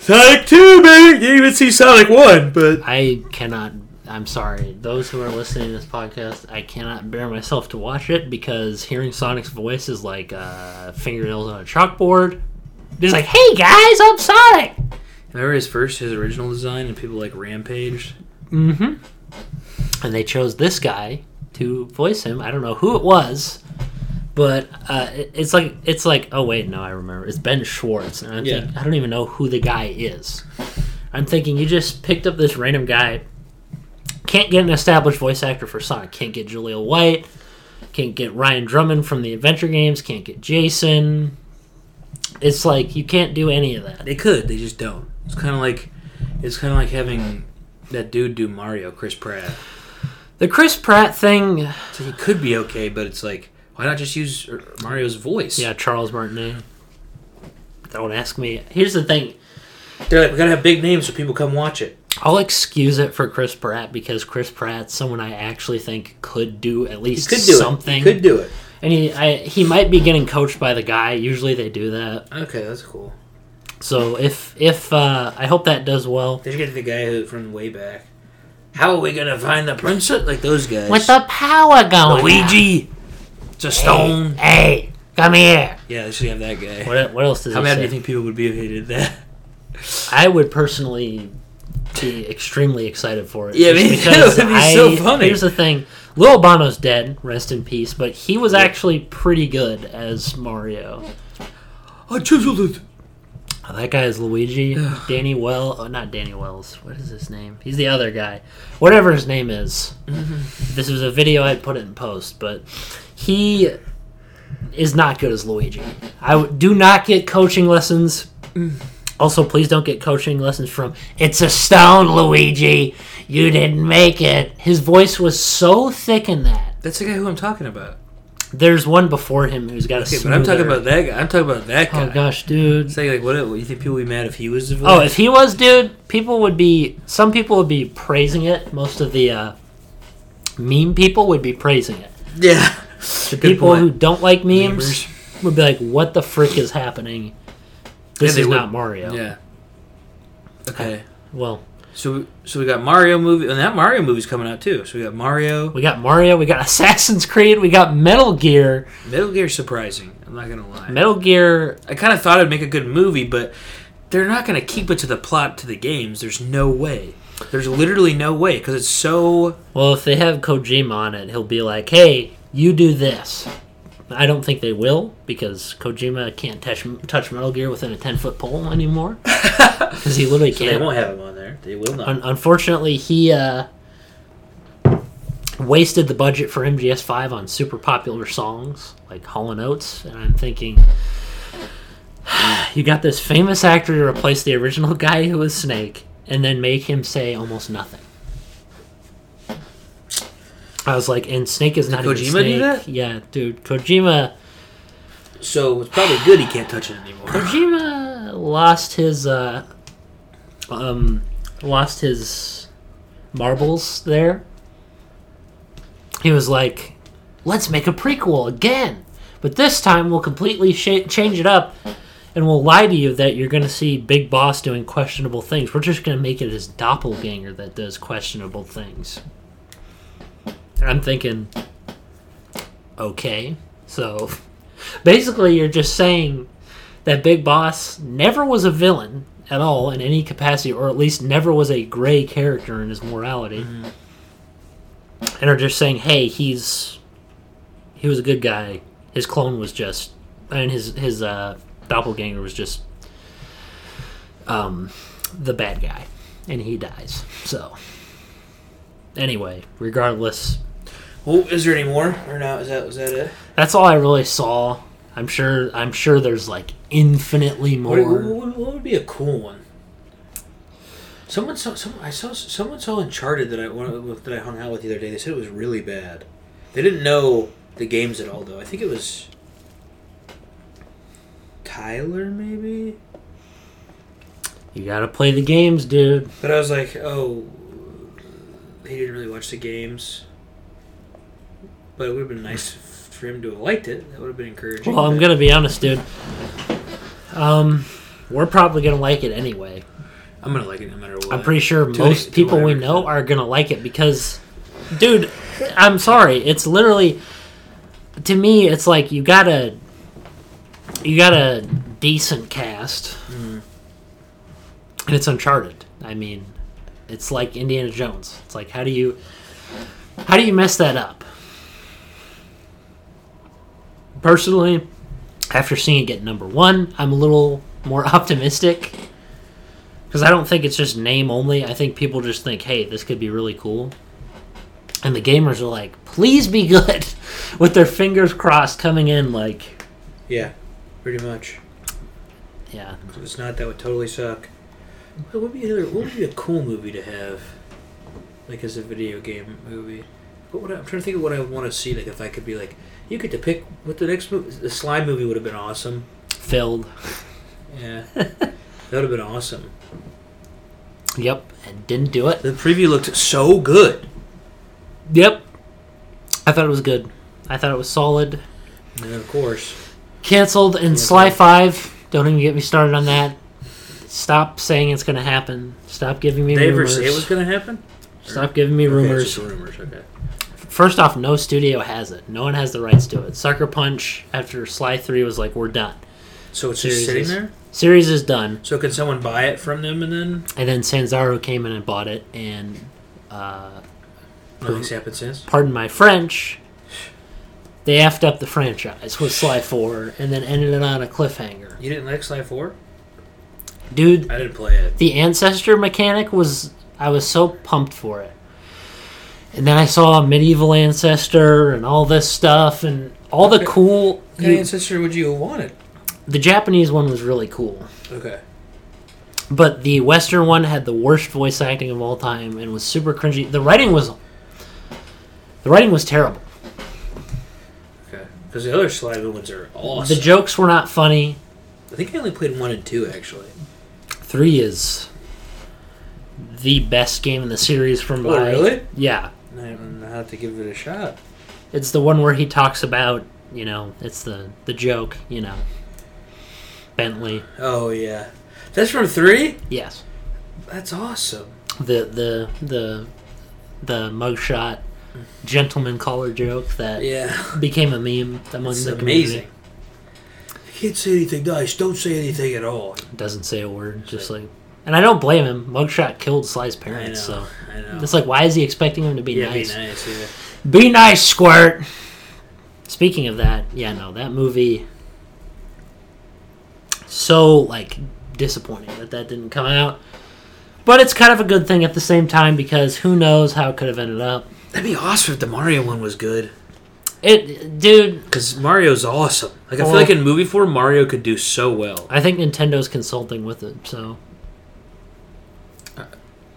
A: Sonic Two, baby. Didn't even see Sonic One, but
B: i cannot i'm sorry those who are listening to this podcast i cannot bear myself to watch it because hearing sonic's voice is like uh, fingernails on a chalkboard he's like hey guys i'm sonic
A: remember his first, his original design, and people like rampaged.
B: hmm And they chose this guy to voice him. I don't know who it was, but uh, it- it's like it's like oh wait no I remember it's Ben Schwartz and I
A: Yeah.
B: think I don't even know who the guy is. I'm thinking you just picked up this random guy. Can't get an established voice actor for Sonic. Can't get Julia White. Can't get Ryan Drummond from the Adventure Games. Can't get Jason. It's like you can't do any of that.
A: They could, they just don't. It's kind of like, it's kind of like having that dude do Mario, Chris Pratt.
B: The Chris Pratt thing,
A: So he could be okay, but it's like, why not just use er, Mario's voice?
B: Yeah, Charles Martinet. Don't ask me. Here's the thing.
A: they're like, we gotta have big names so people come watch it.
B: I'll excuse it for Chris Pratt because Chris Pratt's someone I actually think could do at
A: He
B: least
A: could do
B: something.
A: it. He could do it.
B: And he, I, he might be getting coached by the guy. Usually they do that.
A: Okay, that's cool.
B: So if if uh, I hope that does well.
A: They should get the guy who from way back. How are we gonna find the princess? Like those guys.
B: With the power going,
A: Luigi? It's a
B: Hey,
A: stone.
B: hey, come here.
A: Yeah, they should have that guy.
B: What, what else does
A: How
B: he
A: mad
B: say?
A: do you think people would be if he did that?
B: I would personally be extremely excited for it.
A: Yeah,
B: just
A: me too. [laughs]
B: because
A: It'd be so funny.
B: Here's the thing: Lil Bono's dead, rest in peace. But he was
A: Yeah.
B: actually pretty good as Mario.
A: [laughs] I chiseled it.
B: Oh, That guy is Luigi. Danny Well, oh, not Danny Wells. What is his name? He's the other guy. Whatever his
A: [laughs]
B: name is. This was a video I put it in post, but he is not good as Luigi. I w- do not get coaching lessons.
A: Mm.
B: Also, please don't get coaching lessons from "It's a stone, Luigi. You didn't make it." His voice was so thick in that.
A: That's the guy who I'm talking about.
B: There's one before him who's got a.
A: Okay, but I'm talking
B: smoother-
A: about that guy. I'm talking about that guy.
B: Oh gosh, dude.
A: Say like, what? You think people would be mad if he was the
B: Oh,
A: villain?
B: if he was, dude, people would be. Some people would be praising it. Most of the uh, meme people would be praising it.
A: yeah.
B: The people
A: point.
B: who don't like memes
A: Memers.
B: would be like, "What the frick is happening? This
A: they
B: is
A: would.
B: not Mario."
A: Yeah. Okay.
B: Well,
A: So so we got Mario movie, and that Mario movie's coming out too. So we got Mario,
B: we got Mario, we got [laughs] Assassin's Creed, we got Metal Gear.
A: Metal Gear. Surprising, I'm not gonna lie.
B: Metal Gear.
A: I kind of thought it'd make a good movie, but they're not gonna keep it to the plot to the games. There's no way. There's literally no way because it's so.
B: Well, if they have Kojima on it, he'll be like, "Hey, you do this." I don't think they will because Kojima can't touch touch Metal Gear within a ten foot pole
A: [laughs]
B: anymore because he literally can't.
A: have him on there. They will
B: Un- unfortunately, he uh, wasted the budget for MGS5 on super popular songs like Hall and Oates, and I'm thinking, [sighs] you got this famous actor to replace the original [laughs] guy who was Snake, and then make him say almost nothing. I was like, and Snake is not even
A: Kojima do
B: Snake.
A: that?
B: Yeah, dude, Kojima.
A: So it's probably good he can't touch it anymore.
B: Kojima lost his uh, um, lost his marbles there. He was like, "Let's make a prequel again, but this time we'll completely sh- change it up, and we'll lie to you that you're going to see Big Boss doing questionable things. We're just going to make it his doppelganger that does questionable things." And I'm thinking, okay, so [laughs] basically you're just saying that Big Boss never was a villain at all in any capacity, or at least never was a gray character in his morality, and are just saying, "Hey, he's he was a good guy. His clone was just, and his his uh, doppelganger was just um, the bad guy, and he dies." So, anyway, regardless,
A: Well, Oh, is there any more or no? Is that was that it?
B: that's all I really saw. I'm sure. I'm sure there's like infinitely more.
A: What, what, what- what would be a cool one? Someone saw. Some, I saw. Someone saw Uncharted that I one of- that I hung out with the other day. They said it was really bad. They didn't know the games at all, though. I think it was Tyler, maybe.
B: You gotta play the games, dude.
A: But I was like, oh, he didn't really watch the games. But it would have been nice for him to have liked it. That would have been encouraging.
B: Well, I'm
A: but-
B: gonna be honest, dude. Um, we're probably gonna like it anyway.
A: I'm gonna like it no matter what.
B: I'm pretty sure
A: To-
B: most
A: to
B: people we
A: whatever
B: know
A: extent.
B: are gonna like it because, dude, I'm sorry. It's literally, to me, it's like you got a, you got a decent cast, and it's Uncharted. I mean, it's like Indiana Jones. It's like how do you, how do you mess that up? Personally, after seeing it get number one, I'm a little more [laughs] optimistic. Because I don't think it's just name only. I think people just think, hey, this could be really cool. And the gamers are like, please be good, [laughs] with their fingers crossed coming in like,
A: Yeah, pretty much.
B: yeah.
A: If it's not, that would totally suck. What would be another, what would be a cool movie to have, like as a video game movie? What would I, I'm trying to think of what I want to see. Like if I could be like, you get to pick what the next movie. The slime movie would have been awesome.
B: Filled.
A: Yeah, [laughs] that would have been awesome.
B: Yep. And didn't do it.
A: The preview looked so good.
B: Yep. I thought it was good. I thought it was solid.
A: And then of course,
B: Cancelled and
A: Yeah,
B: Sly
A: yeah.
B: 5. Don't even get me started on that. Stop saying it's going to happen. Stop giving me
A: they ever
B: rumors.
A: say it was going to happen?
B: Stop giving me
A: Okay,
B: rumors.
A: it's just rumors. Okay.
B: First off, no studio has it. No one has the rights to it. Sucker Punch after Sly 3 was like, we're done.
A: So it's just
B: Series
A: sitting
B: is-
A: there.
B: Series is done.
A: So can someone buy it from them and then
B: And then Sanzaro came in and bought it. And, uh,
A: nothing's happened since?
B: pardon my French, they effed up the franchise with Sly 4 and then ended it on a cliffhanger.
A: You didn't like Slide Four?
B: Dude,
A: I didn't play it.
B: the ancestor mechanic was I was so pumped for it. And then I saw medieval ancestor and all this stuff and all the cool
A: What kind of
B: you,
A: ancestor would you have wanted?
B: the Japanese one was really cool.
A: Okay.
B: But the Western one had the worst voice acting of all time and was super cringy. The writing was, the writing was terrible.
A: Okay. Because the other Sligo ones are awesome.
B: The jokes were not funny.
A: I think I only played one and two actually.
B: Three is the best game in the series from
A: Oh,
B: my
A: really?
B: yeah.
A: I don't know how to give it a shot.
B: It's the one where he talks about you know it's the the joke you know Bentley
A: Oh yeah, that's from three.
B: yes
A: That's awesome.
B: the the the the mugshot gentleman caller joke that
A: Yeah, [laughs]
B: became a meme among
A: it's
B: the community.
A: amazing. You can't say anything nice. Don't say anything at all.
B: doesn't say a word, just like. And I don't blame him. Mugshot killed Sly's
A: I know.
B: parents, so
A: I know.
B: it's like, why is he expecting him to be
A: yeah,
B: nice?
A: be nice. Yeah.
B: Be nice, Squirt. Speaking of that, yeah, no, that movie. So like disappointing that that didn't come out, but it's kind of a good thing at the same time because who knows how it could have ended up.
A: That'd be awesome if the Mario one was good.
B: It, dude,
A: Because Mario's awesome. Like, I feel
B: Well-
A: like in movie form, Mario could do so well.
B: I think Nintendo's consulting with it, so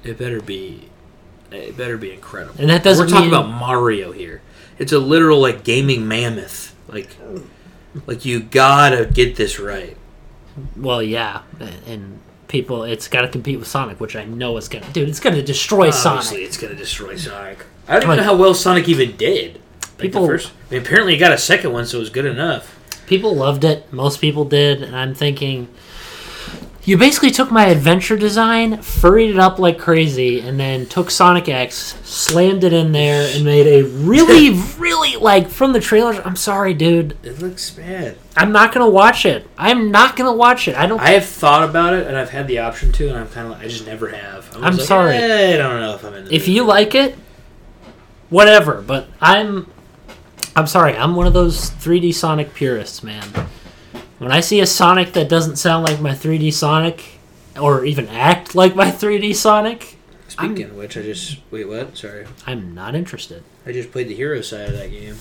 A: It better be. It better be incredible.
B: and that doesn't
A: We're talking
B: mean
A: about Mario here. It's a literal like gaming mammoth. Like, like you gotta get this right.
B: Well, yeah, and people, it's got to compete with Sonic, which I know it's gonna, dude, it's gonna destroy
A: Obviously,
B: Sonic.
A: it's gonna destroy Sonic. I don't even
B: Like-
A: know how well Sonic even did. Like, the
B: People-
A: first, I mean, apparently, he got a second one, so it was good enough.
B: People loved it, most people did, and I'm thinking, you basically took my adventure design, furried it up like crazy, and then took Sonic X, slammed it in there, and made a really, really like from the trailers. I'm sorry, dude,
A: It looks bad.
B: I'm not gonna watch it. I'm not gonna watch it. I don't.
A: I have thought about it, and I've had the option to, and I'm kind of like, I just never have. I'm,
B: I'm sorry.
A: I don't know if I'm in. The
B: if
A: mood."
B: you like it whatever but i'm i'm sorry i'm one of those 3d sonic purists man when i see a sonic that doesn't sound like my 3d sonic or even act like my 3d sonic
A: Speaking of which, I just wait. What? Sorry,
B: i'm not interested
A: I just played the hero side of that game,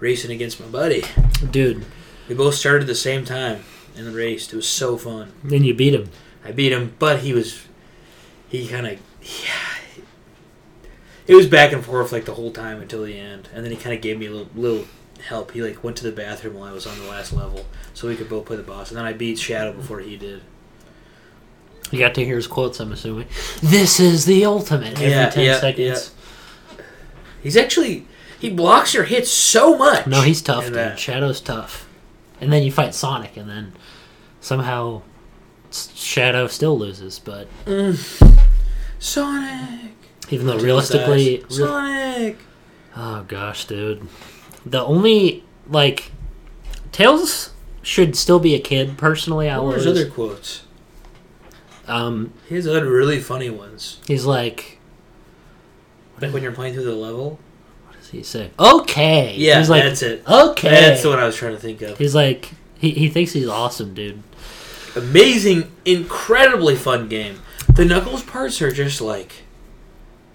A: racing against my buddy.
B: dude
A: We both started at the same time and the race. It was so fun.
B: then you beat him
A: I beat him, but he was he kind of yeah. it was back and forth like the whole time until the end, and then he kind of gave me a little, little help. He like went to the bathroom while I was on the last level, so we could both play the boss. And then I beat Shadow before he did.
B: You got to hear his quotes, I'm assuming. This is the ultimate every
A: Yeah,
B: 10
A: yeah,
B: seconds.
A: He's actually he blocks your hits so much.
B: No, he's tough,
A: And
B: dude.
A: that-
B: Shadow's tough. And then you fight Sonic, and then somehow S- Shadow still loses, but
A: Sonic.
B: even though realistically. real-
A: Sonic.
B: Oh gosh, dude. The only like Tails should still be a kid personally. I
A: What were
B: was
A: his other quotes?
B: um
A: He has other really funny ones.
B: he's like
A: Like when you're playing through the level.
B: what does he say? Okay.
A: Yeah,
B: he's like
A: that's it.
B: okay.
A: That's the one I was trying to think of.
B: He's like he, he thinks he's awesome, dude.
A: Amazing, incredibly fun game. The Knuckles parts are just like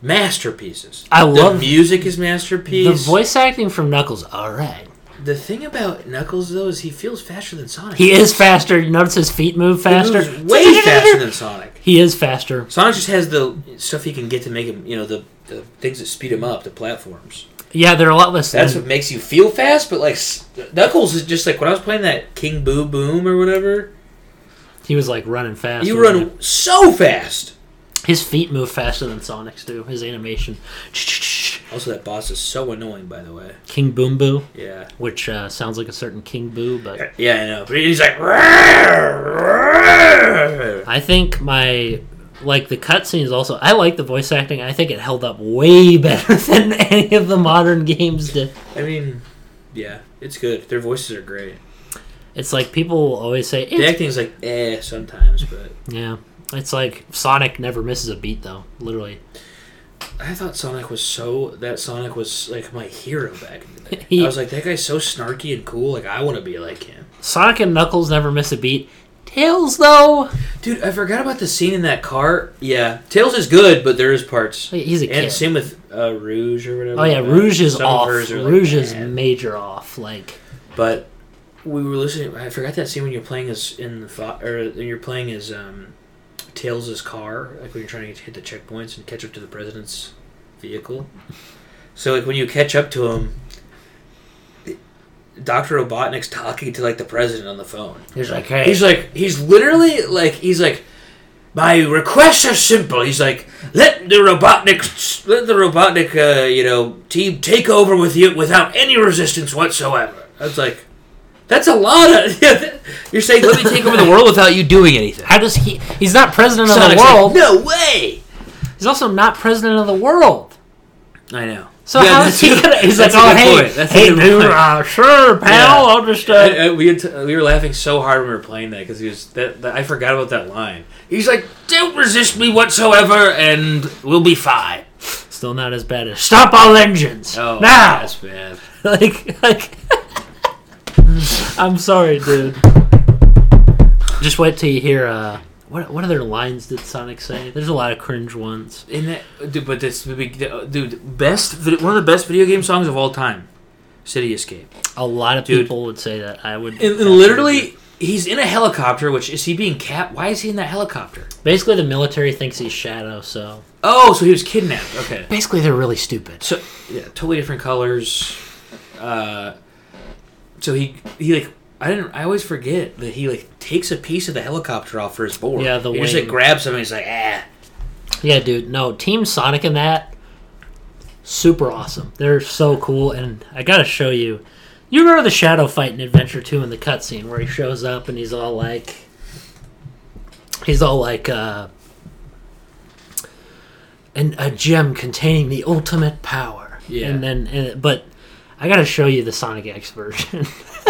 A: masterpieces.
B: I
A: the
B: love-
A: music is masterpiece.
B: The voice acting from Knuckles, all right.
A: The thing about Knuckles though is he feels faster than Sonic.
B: He is faster. You Notice his feet move
A: He
B: faster.
A: moves
B: [laughs]
A: way faster than Sonic.
B: He is faster.
A: Sonic just has the stuff he can get to make him, you know, the, the things that speed him up, the platforms.
B: Yeah, they're a lot less.
A: That's
B: than-
A: what makes you feel fast, but like S- Knuckles is just like when I was playing that King Boo Boom or whatever,
B: he was like running fast.
A: you run so fast.
B: His feet move faster than Sonic's do. His animation.
A: Also, that boss is so annoying, by the way.
B: King Boom Boo.
A: Yeah.
B: which uh, sounds like a certain King Boo, but
A: Yeah, I know. But he's like. "Rawr, rawr."
B: I think my like the cutscenes also. I like the voice acting. I think it held up way [laughs] better than any of the modern games did.
A: I mean, yeah, it's good. Their voices are great.
B: It's like people always say,
A: The
B: it's,
A: acting is like, eh, sometimes, but
B: yeah. It's like Sonic never misses a beat though, literally.
A: I thought Sonic was so. That Sonic was like my hero back in the day.
B: [laughs] He-
A: I was like, that guy's so snarky and cool. Like, I want to be like him.
B: Sonic and Knuckles never miss a beat. Tails though,
A: Dude, I forgot about the scene in that car. Yeah. Tails is good, but there is parts.
B: he's a
A: And
B: kid.
A: same with uh, Rouge or whatever.
B: Oh yeah,
A: Uh,
B: Rouge is
A: some of
B: off.
A: hers are, like,
B: Rouge is
A: bad.
B: major off. Like
A: But we were listening. I forgot that scene when you're playing as in the fo- or when you're playing as um, Tails' car, like when you're trying to hit the checkpoints and catch up to the president's vehicle. So like when you catch up to him, Doctor Robotnik's talking to like the president on the phone.
B: he's like, hey,
A: He's like, he's literally like, he's like, my requests are simple. He's like, let the Robotnik, let the Robotnik, uh, you know, team take over with you without any resistance whatsoever. I was like, that's a lot of. [laughs] you're saying let me take over the world without you doing
B: [laughs]
A: anything.
B: how does he? He's not president of the
A: Sonic's
B: world.
A: like, no way.
B: He's also not president of the world.
A: I know.
B: So
A: Yeah,
B: how
A: that's [laughs]
B: is he
A: a-
B: gonna? He's like,
A: that's a
B: oh
A: good
B: hey,
A: point. That's a
B: hey
A: good
B: dude,
A: point."
B: [laughs] uh, sure pal,
A: Yeah.
B: I'll [laughs] just
A: [laughs]
B: uh,
A: I, I- we, had t- we were laughing so hard when we were playing that because he was that, that I forgot about that line. He's like, "Don't resist me whatsoever, and we'll be fine."
B: still not as bad as stop all engines
A: Oh,
B: now.
A: that's bad.
B: [laughs] Like like, [laughs] I'm sorry, dude. Just wait till you hear uh, what what other lines did Sonic say? There's a lot of cringe ones.
A: In that, dude, but this dude, best vid- one of the best video game songs of all time, City Escape.
B: A lot of
A: Dude.
B: people would say that. I would
A: And, and literally, he's in a helicopter. Which is he being cap? Why is he in that helicopter?
B: basically the military thinks he's Shadow, so
A: Oh, so he was kidnapped. Okay,
B: basically they're really stupid.
A: so yeah, totally different colors. Uh, so he he like I didn't I always forget that he like takes a piece of the helicopter off for his board.
B: Yeah, the
A: he just like
B: wing.
A: grabs something. He's like ah.
B: Yeah, dude. No, Team Sonic and that super awesome. They're so cool, and I gotta show you. You remember the Shadow fight in Adventure Two in the cutscene where he shows up and he's all like, he's all like, uh, and a gem containing the ultimate power.
A: Yeah.
B: And then, and, but I gotta show you the Sonic
A: [laughs]
B: X version. [laughs]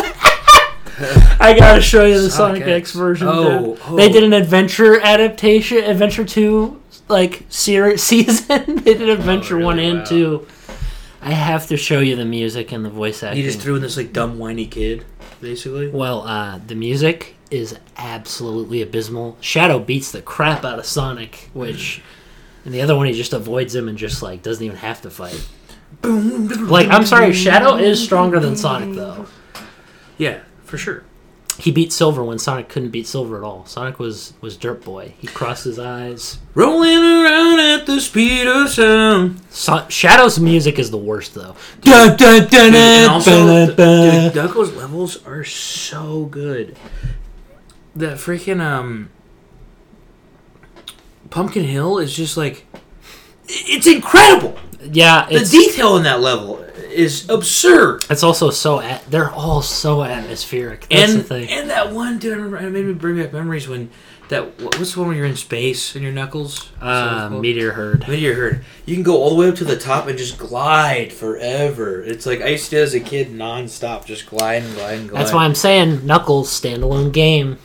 B: I gotta show you the Sonic,
A: Sonic
B: X.
A: X.
B: version.
A: Oh,
B: dude. They
A: oh.
B: did an adventure adaptation, Adventure Two, like series [laughs] season. they did Adventure
A: Oh, really?
B: One and
A: Wow.
B: Two. I have to show you the music and the voice acting.
A: He just threw in this like dumb whiny kid, basically.
B: well, uh, the music is absolutely abysmal. Shadow beats the crap out of Sonic, which, and the other one he just avoids him and just like doesn't even have to fight. Like I'm sorry, Shadow is stronger than Sonic though.
A: Yeah, for sure.
B: he beat Silver when Sonic couldn't beat Silver at all. Sonic was was Dirt Boy. He crossed his eyes.
A: Rolling around at the speed of sound.
B: So- Shadow's music is the worst though.
A: Dude, and also, dude, Ducko's levels are so good. That freaking um, Pumpkin Hill is just like, it's incredible.
B: Yeah,
A: The
B: it's
A: detail in that level is absurd.
B: it's also so at, they're all so atmospheric. That's
A: and
B: the thing.
A: and that one dude, I remember, it made me bring back memories when that what- what's the one where you're in space and your knuckles? Is that what it's
B: uh,
A: called?
B: Meteor Herd.
A: Meteor Herd. You can go all the way up to the top and just glide forever. It's like I used to do as a kid nonstop, just glide and glide and glide.
B: That's why I'm saying Knuckles standalone game.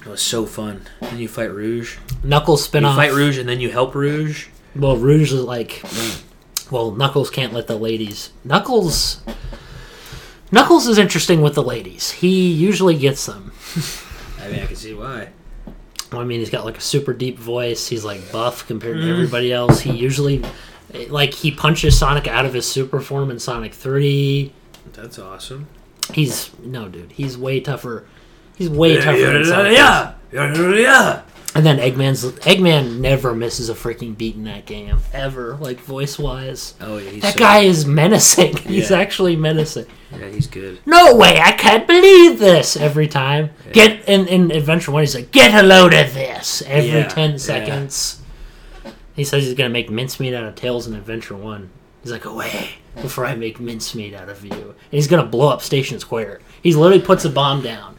A: It was so fun. Then you fight Rouge.
B: Knuckles spin
A: You
B: off.
A: fight Rouge and then you help Rouge.
B: Well, Rouge is like, well, Knuckles can't let the ladies. Knuckles, Knuckles is interesting with the ladies. He usually gets them.
A: I mean, I can see why.
B: I mean, he's got like a super deep voice. He's like buff compared to everybody else. He usually, like, he punches Sonic out of his super form in Sonic Three.
A: That's awesome.
B: He's no dude. He's way tougher. He's way tougher. than Sonic is.
A: yeah.
B: And then Eggman's Eggman never misses a freaking beat in that game ever. Like voice wise,
A: Oh yeah, he's
B: that
A: so-
B: guy is menacing. [laughs] He's
A: Yeah.
B: actually menacing.
A: Yeah, he's good.
B: no way, I can't believe this every time. Get in, in Adventure One, he's like, get a load of this every
A: Yeah, yeah.
B: ten seconds. He says he's gonna make mincemeat out of Tails in Adventure One. He's like, away before I make mincemeat out of you. And he's gonna blow up Station Square. He literally puts a bomb down,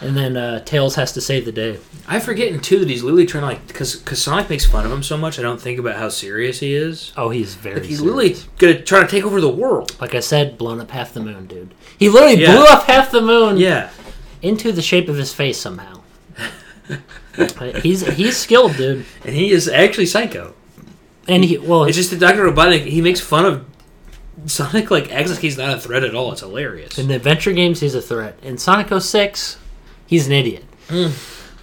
B: and then uh, Tails has to save the day.
A: I forget in two that he's literally trying to like because because Sonic makes fun of him so much. I don't think about how serious he is.
B: Oh, he's very.
A: He's
B: serious.
A: literally gonna try to take over the world.
B: like I said, blown up half the moon, dude. He literally
A: Yeah.
B: blew up half the moon.
A: Yeah.
B: into the shape of his face somehow. [laughs] he's he's skilled, dude.
A: And he is actually psycho.
B: And he well,
A: It's just that Dr. Robotnik, he makes fun of Sonic, like, acts like he's not a threat at all. It's hilarious.
B: in the adventure games, he's a threat. In Sonic 06, he's an idiot.
A: Hmm.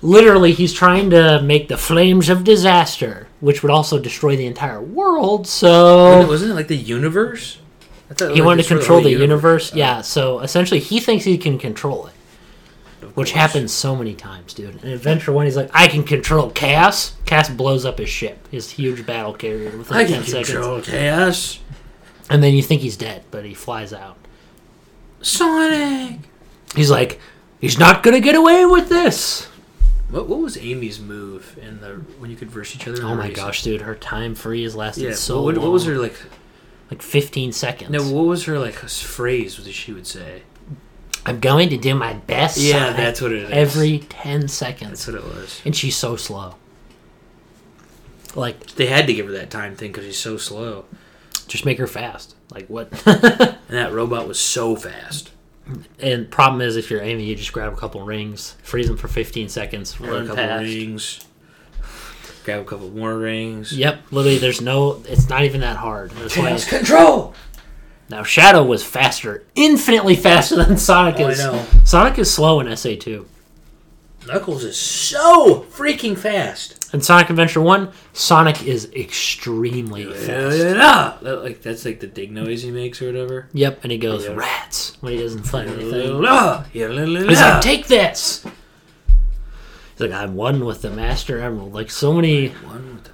B: Literally, he's trying to make the flames of disaster, which would also destroy the entire world.
A: Wasn't it-
B: So
A: Wasn't it like the universe? I thought it
B: he
A: was, like,
B: wanted to
A: sort of
B: control
A: whole
B: the universe. Yeah. So essentially, he thinks he can control it.
A: Of
B: Which
A: course.
B: happens so many times, dude. In Adventure One, he's like, "I can control Chaos." Chaos blows up his ship, his huge battle carrier, within
A: I
B: ten
A: can
B: seconds.
A: control chaos.
B: And then you think he's dead, but he flies out.
A: Sonic!
B: He's like, he's not gonna get away with this.
A: What, what was Amy's move in the when you could verse each other? in
B: Oh
A: the
B: my
A: race?
B: gosh, dude, her time freeze lasted
A: Yeah.
B: so
A: what,
B: long.
A: what was her like?
B: like 15 seconds?
A: No, what was her like s- phrase that she would say?
B: I'm going to do my best.
A: Yeah,
B: Sonic,
A: that's what it is.
B: every 10 seconds,
A: that's what it was.
B: and she's so slow. Like,
A: They had to give her that time thing because she's so slow,
B: just make her fast. Like what? [laughs]
A: and that robot was so fast.
B: and problem is, if you're Amy, you just grab a couple rings, freeze them for 15 seconds,
A: Grab
B: run
A: a couple
B: past.
A: rings. Grab a couple more rings.
B: Yep, literally, there's no. It's not even that hard. That's why it's-
A: control.
B: [laughs] Now Shadow was faster, infinitely faster than Sonic
A: Oh, I
B: is.
A: know.
B: Sonic is slow in SA2.
A: Knuckles is so freaking fast.
B: In Sonic Adventure 1, Sonic is extremely fast.
A: Yeah, That, like that's like the dig noise he makes or whatever.
B: Yep, and he goes
A: Yeah.
B: rats when he doesn't find anything. He's like,
A: He's
B: take this. He's like, I'm one with the Master Emerald. Like so many.
A: one with the master.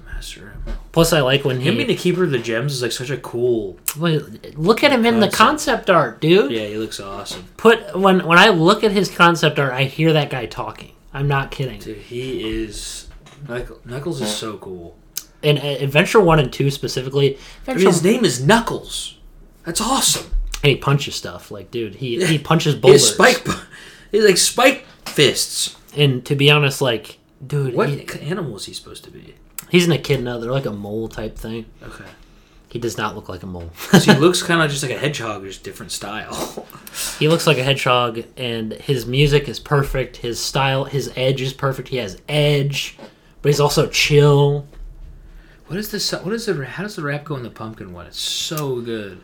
B: Plus, I like when
A: Him being
B: he
A: the keeper of the gems is like such a cool.
B: Wait, look at him in the
A: Concept.
B: concept art, dude.
A: Yeah, he looks awesome.
B: Put when when I look at his concept art, I hear that guy talking. I'm not kidding.
A: Dude, he is. Knuckles, Knuckles is so cool.
B: In uh, Adventure One and Two specifically,
A: I
B: Adventure
A: mean, his name is Knuckles. That's awesome.
B: And he punches stuff. Like, dude, he, he punches
A: He has
B: boulders.
A: spike. [laughs] He's like spike fists.
B: And to be honest, like, dude,
A: What
B: he-
A: animal is he supposed to be?
B: he's an echidna. They're like a mole type thing.
A: Okay.
B: He does not look like a mole. [laughs]
A: So he looks kind of just like a hedgehog, just different style. [laughs]
B: he looks like a hedgehog, and his music is perfect. His style, his edge is perfect. He has edge, but he's also chill.
A: What is this? What is the? How does the rap go in the pumpkin one? It's so good.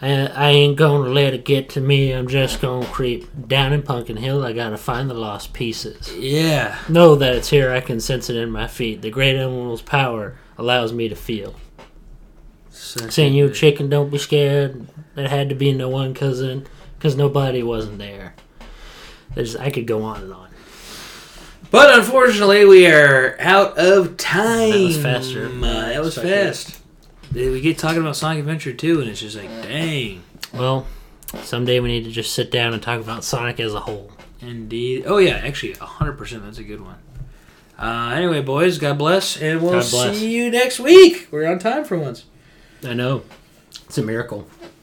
B: I, I ain't gonna let it get to me. I'm just gonna creep down in Pumpkin Hill. I gotta find the lost pieces.
A: Yeah,
B: Know that it's here. I can sense it in my feet. The great animal's power allows me to feel.
A: Such
B: Saying
A: a
B: you a
A: good-
B: chicken, don't be scared. There had to be no one cousin, because nobody wasn't there. There's I could go on and on.
A: But unfortunately, we are out of time.
B: That was faster.
A: Uh, that was
B: Expected.
A: fast. We get talking about Sonic Adventure 2, and it's just like, dang.
B: Well, someday we need to just sit down and talk about Sonic as a whole.
A: Indeed. Oh, yeah, actually, 100%. That's a good one. Uh, anyway, boys, God bless, and we'll
B: God bless.
A: see you next week. We're on time for once.
B: I know. It's a miracle.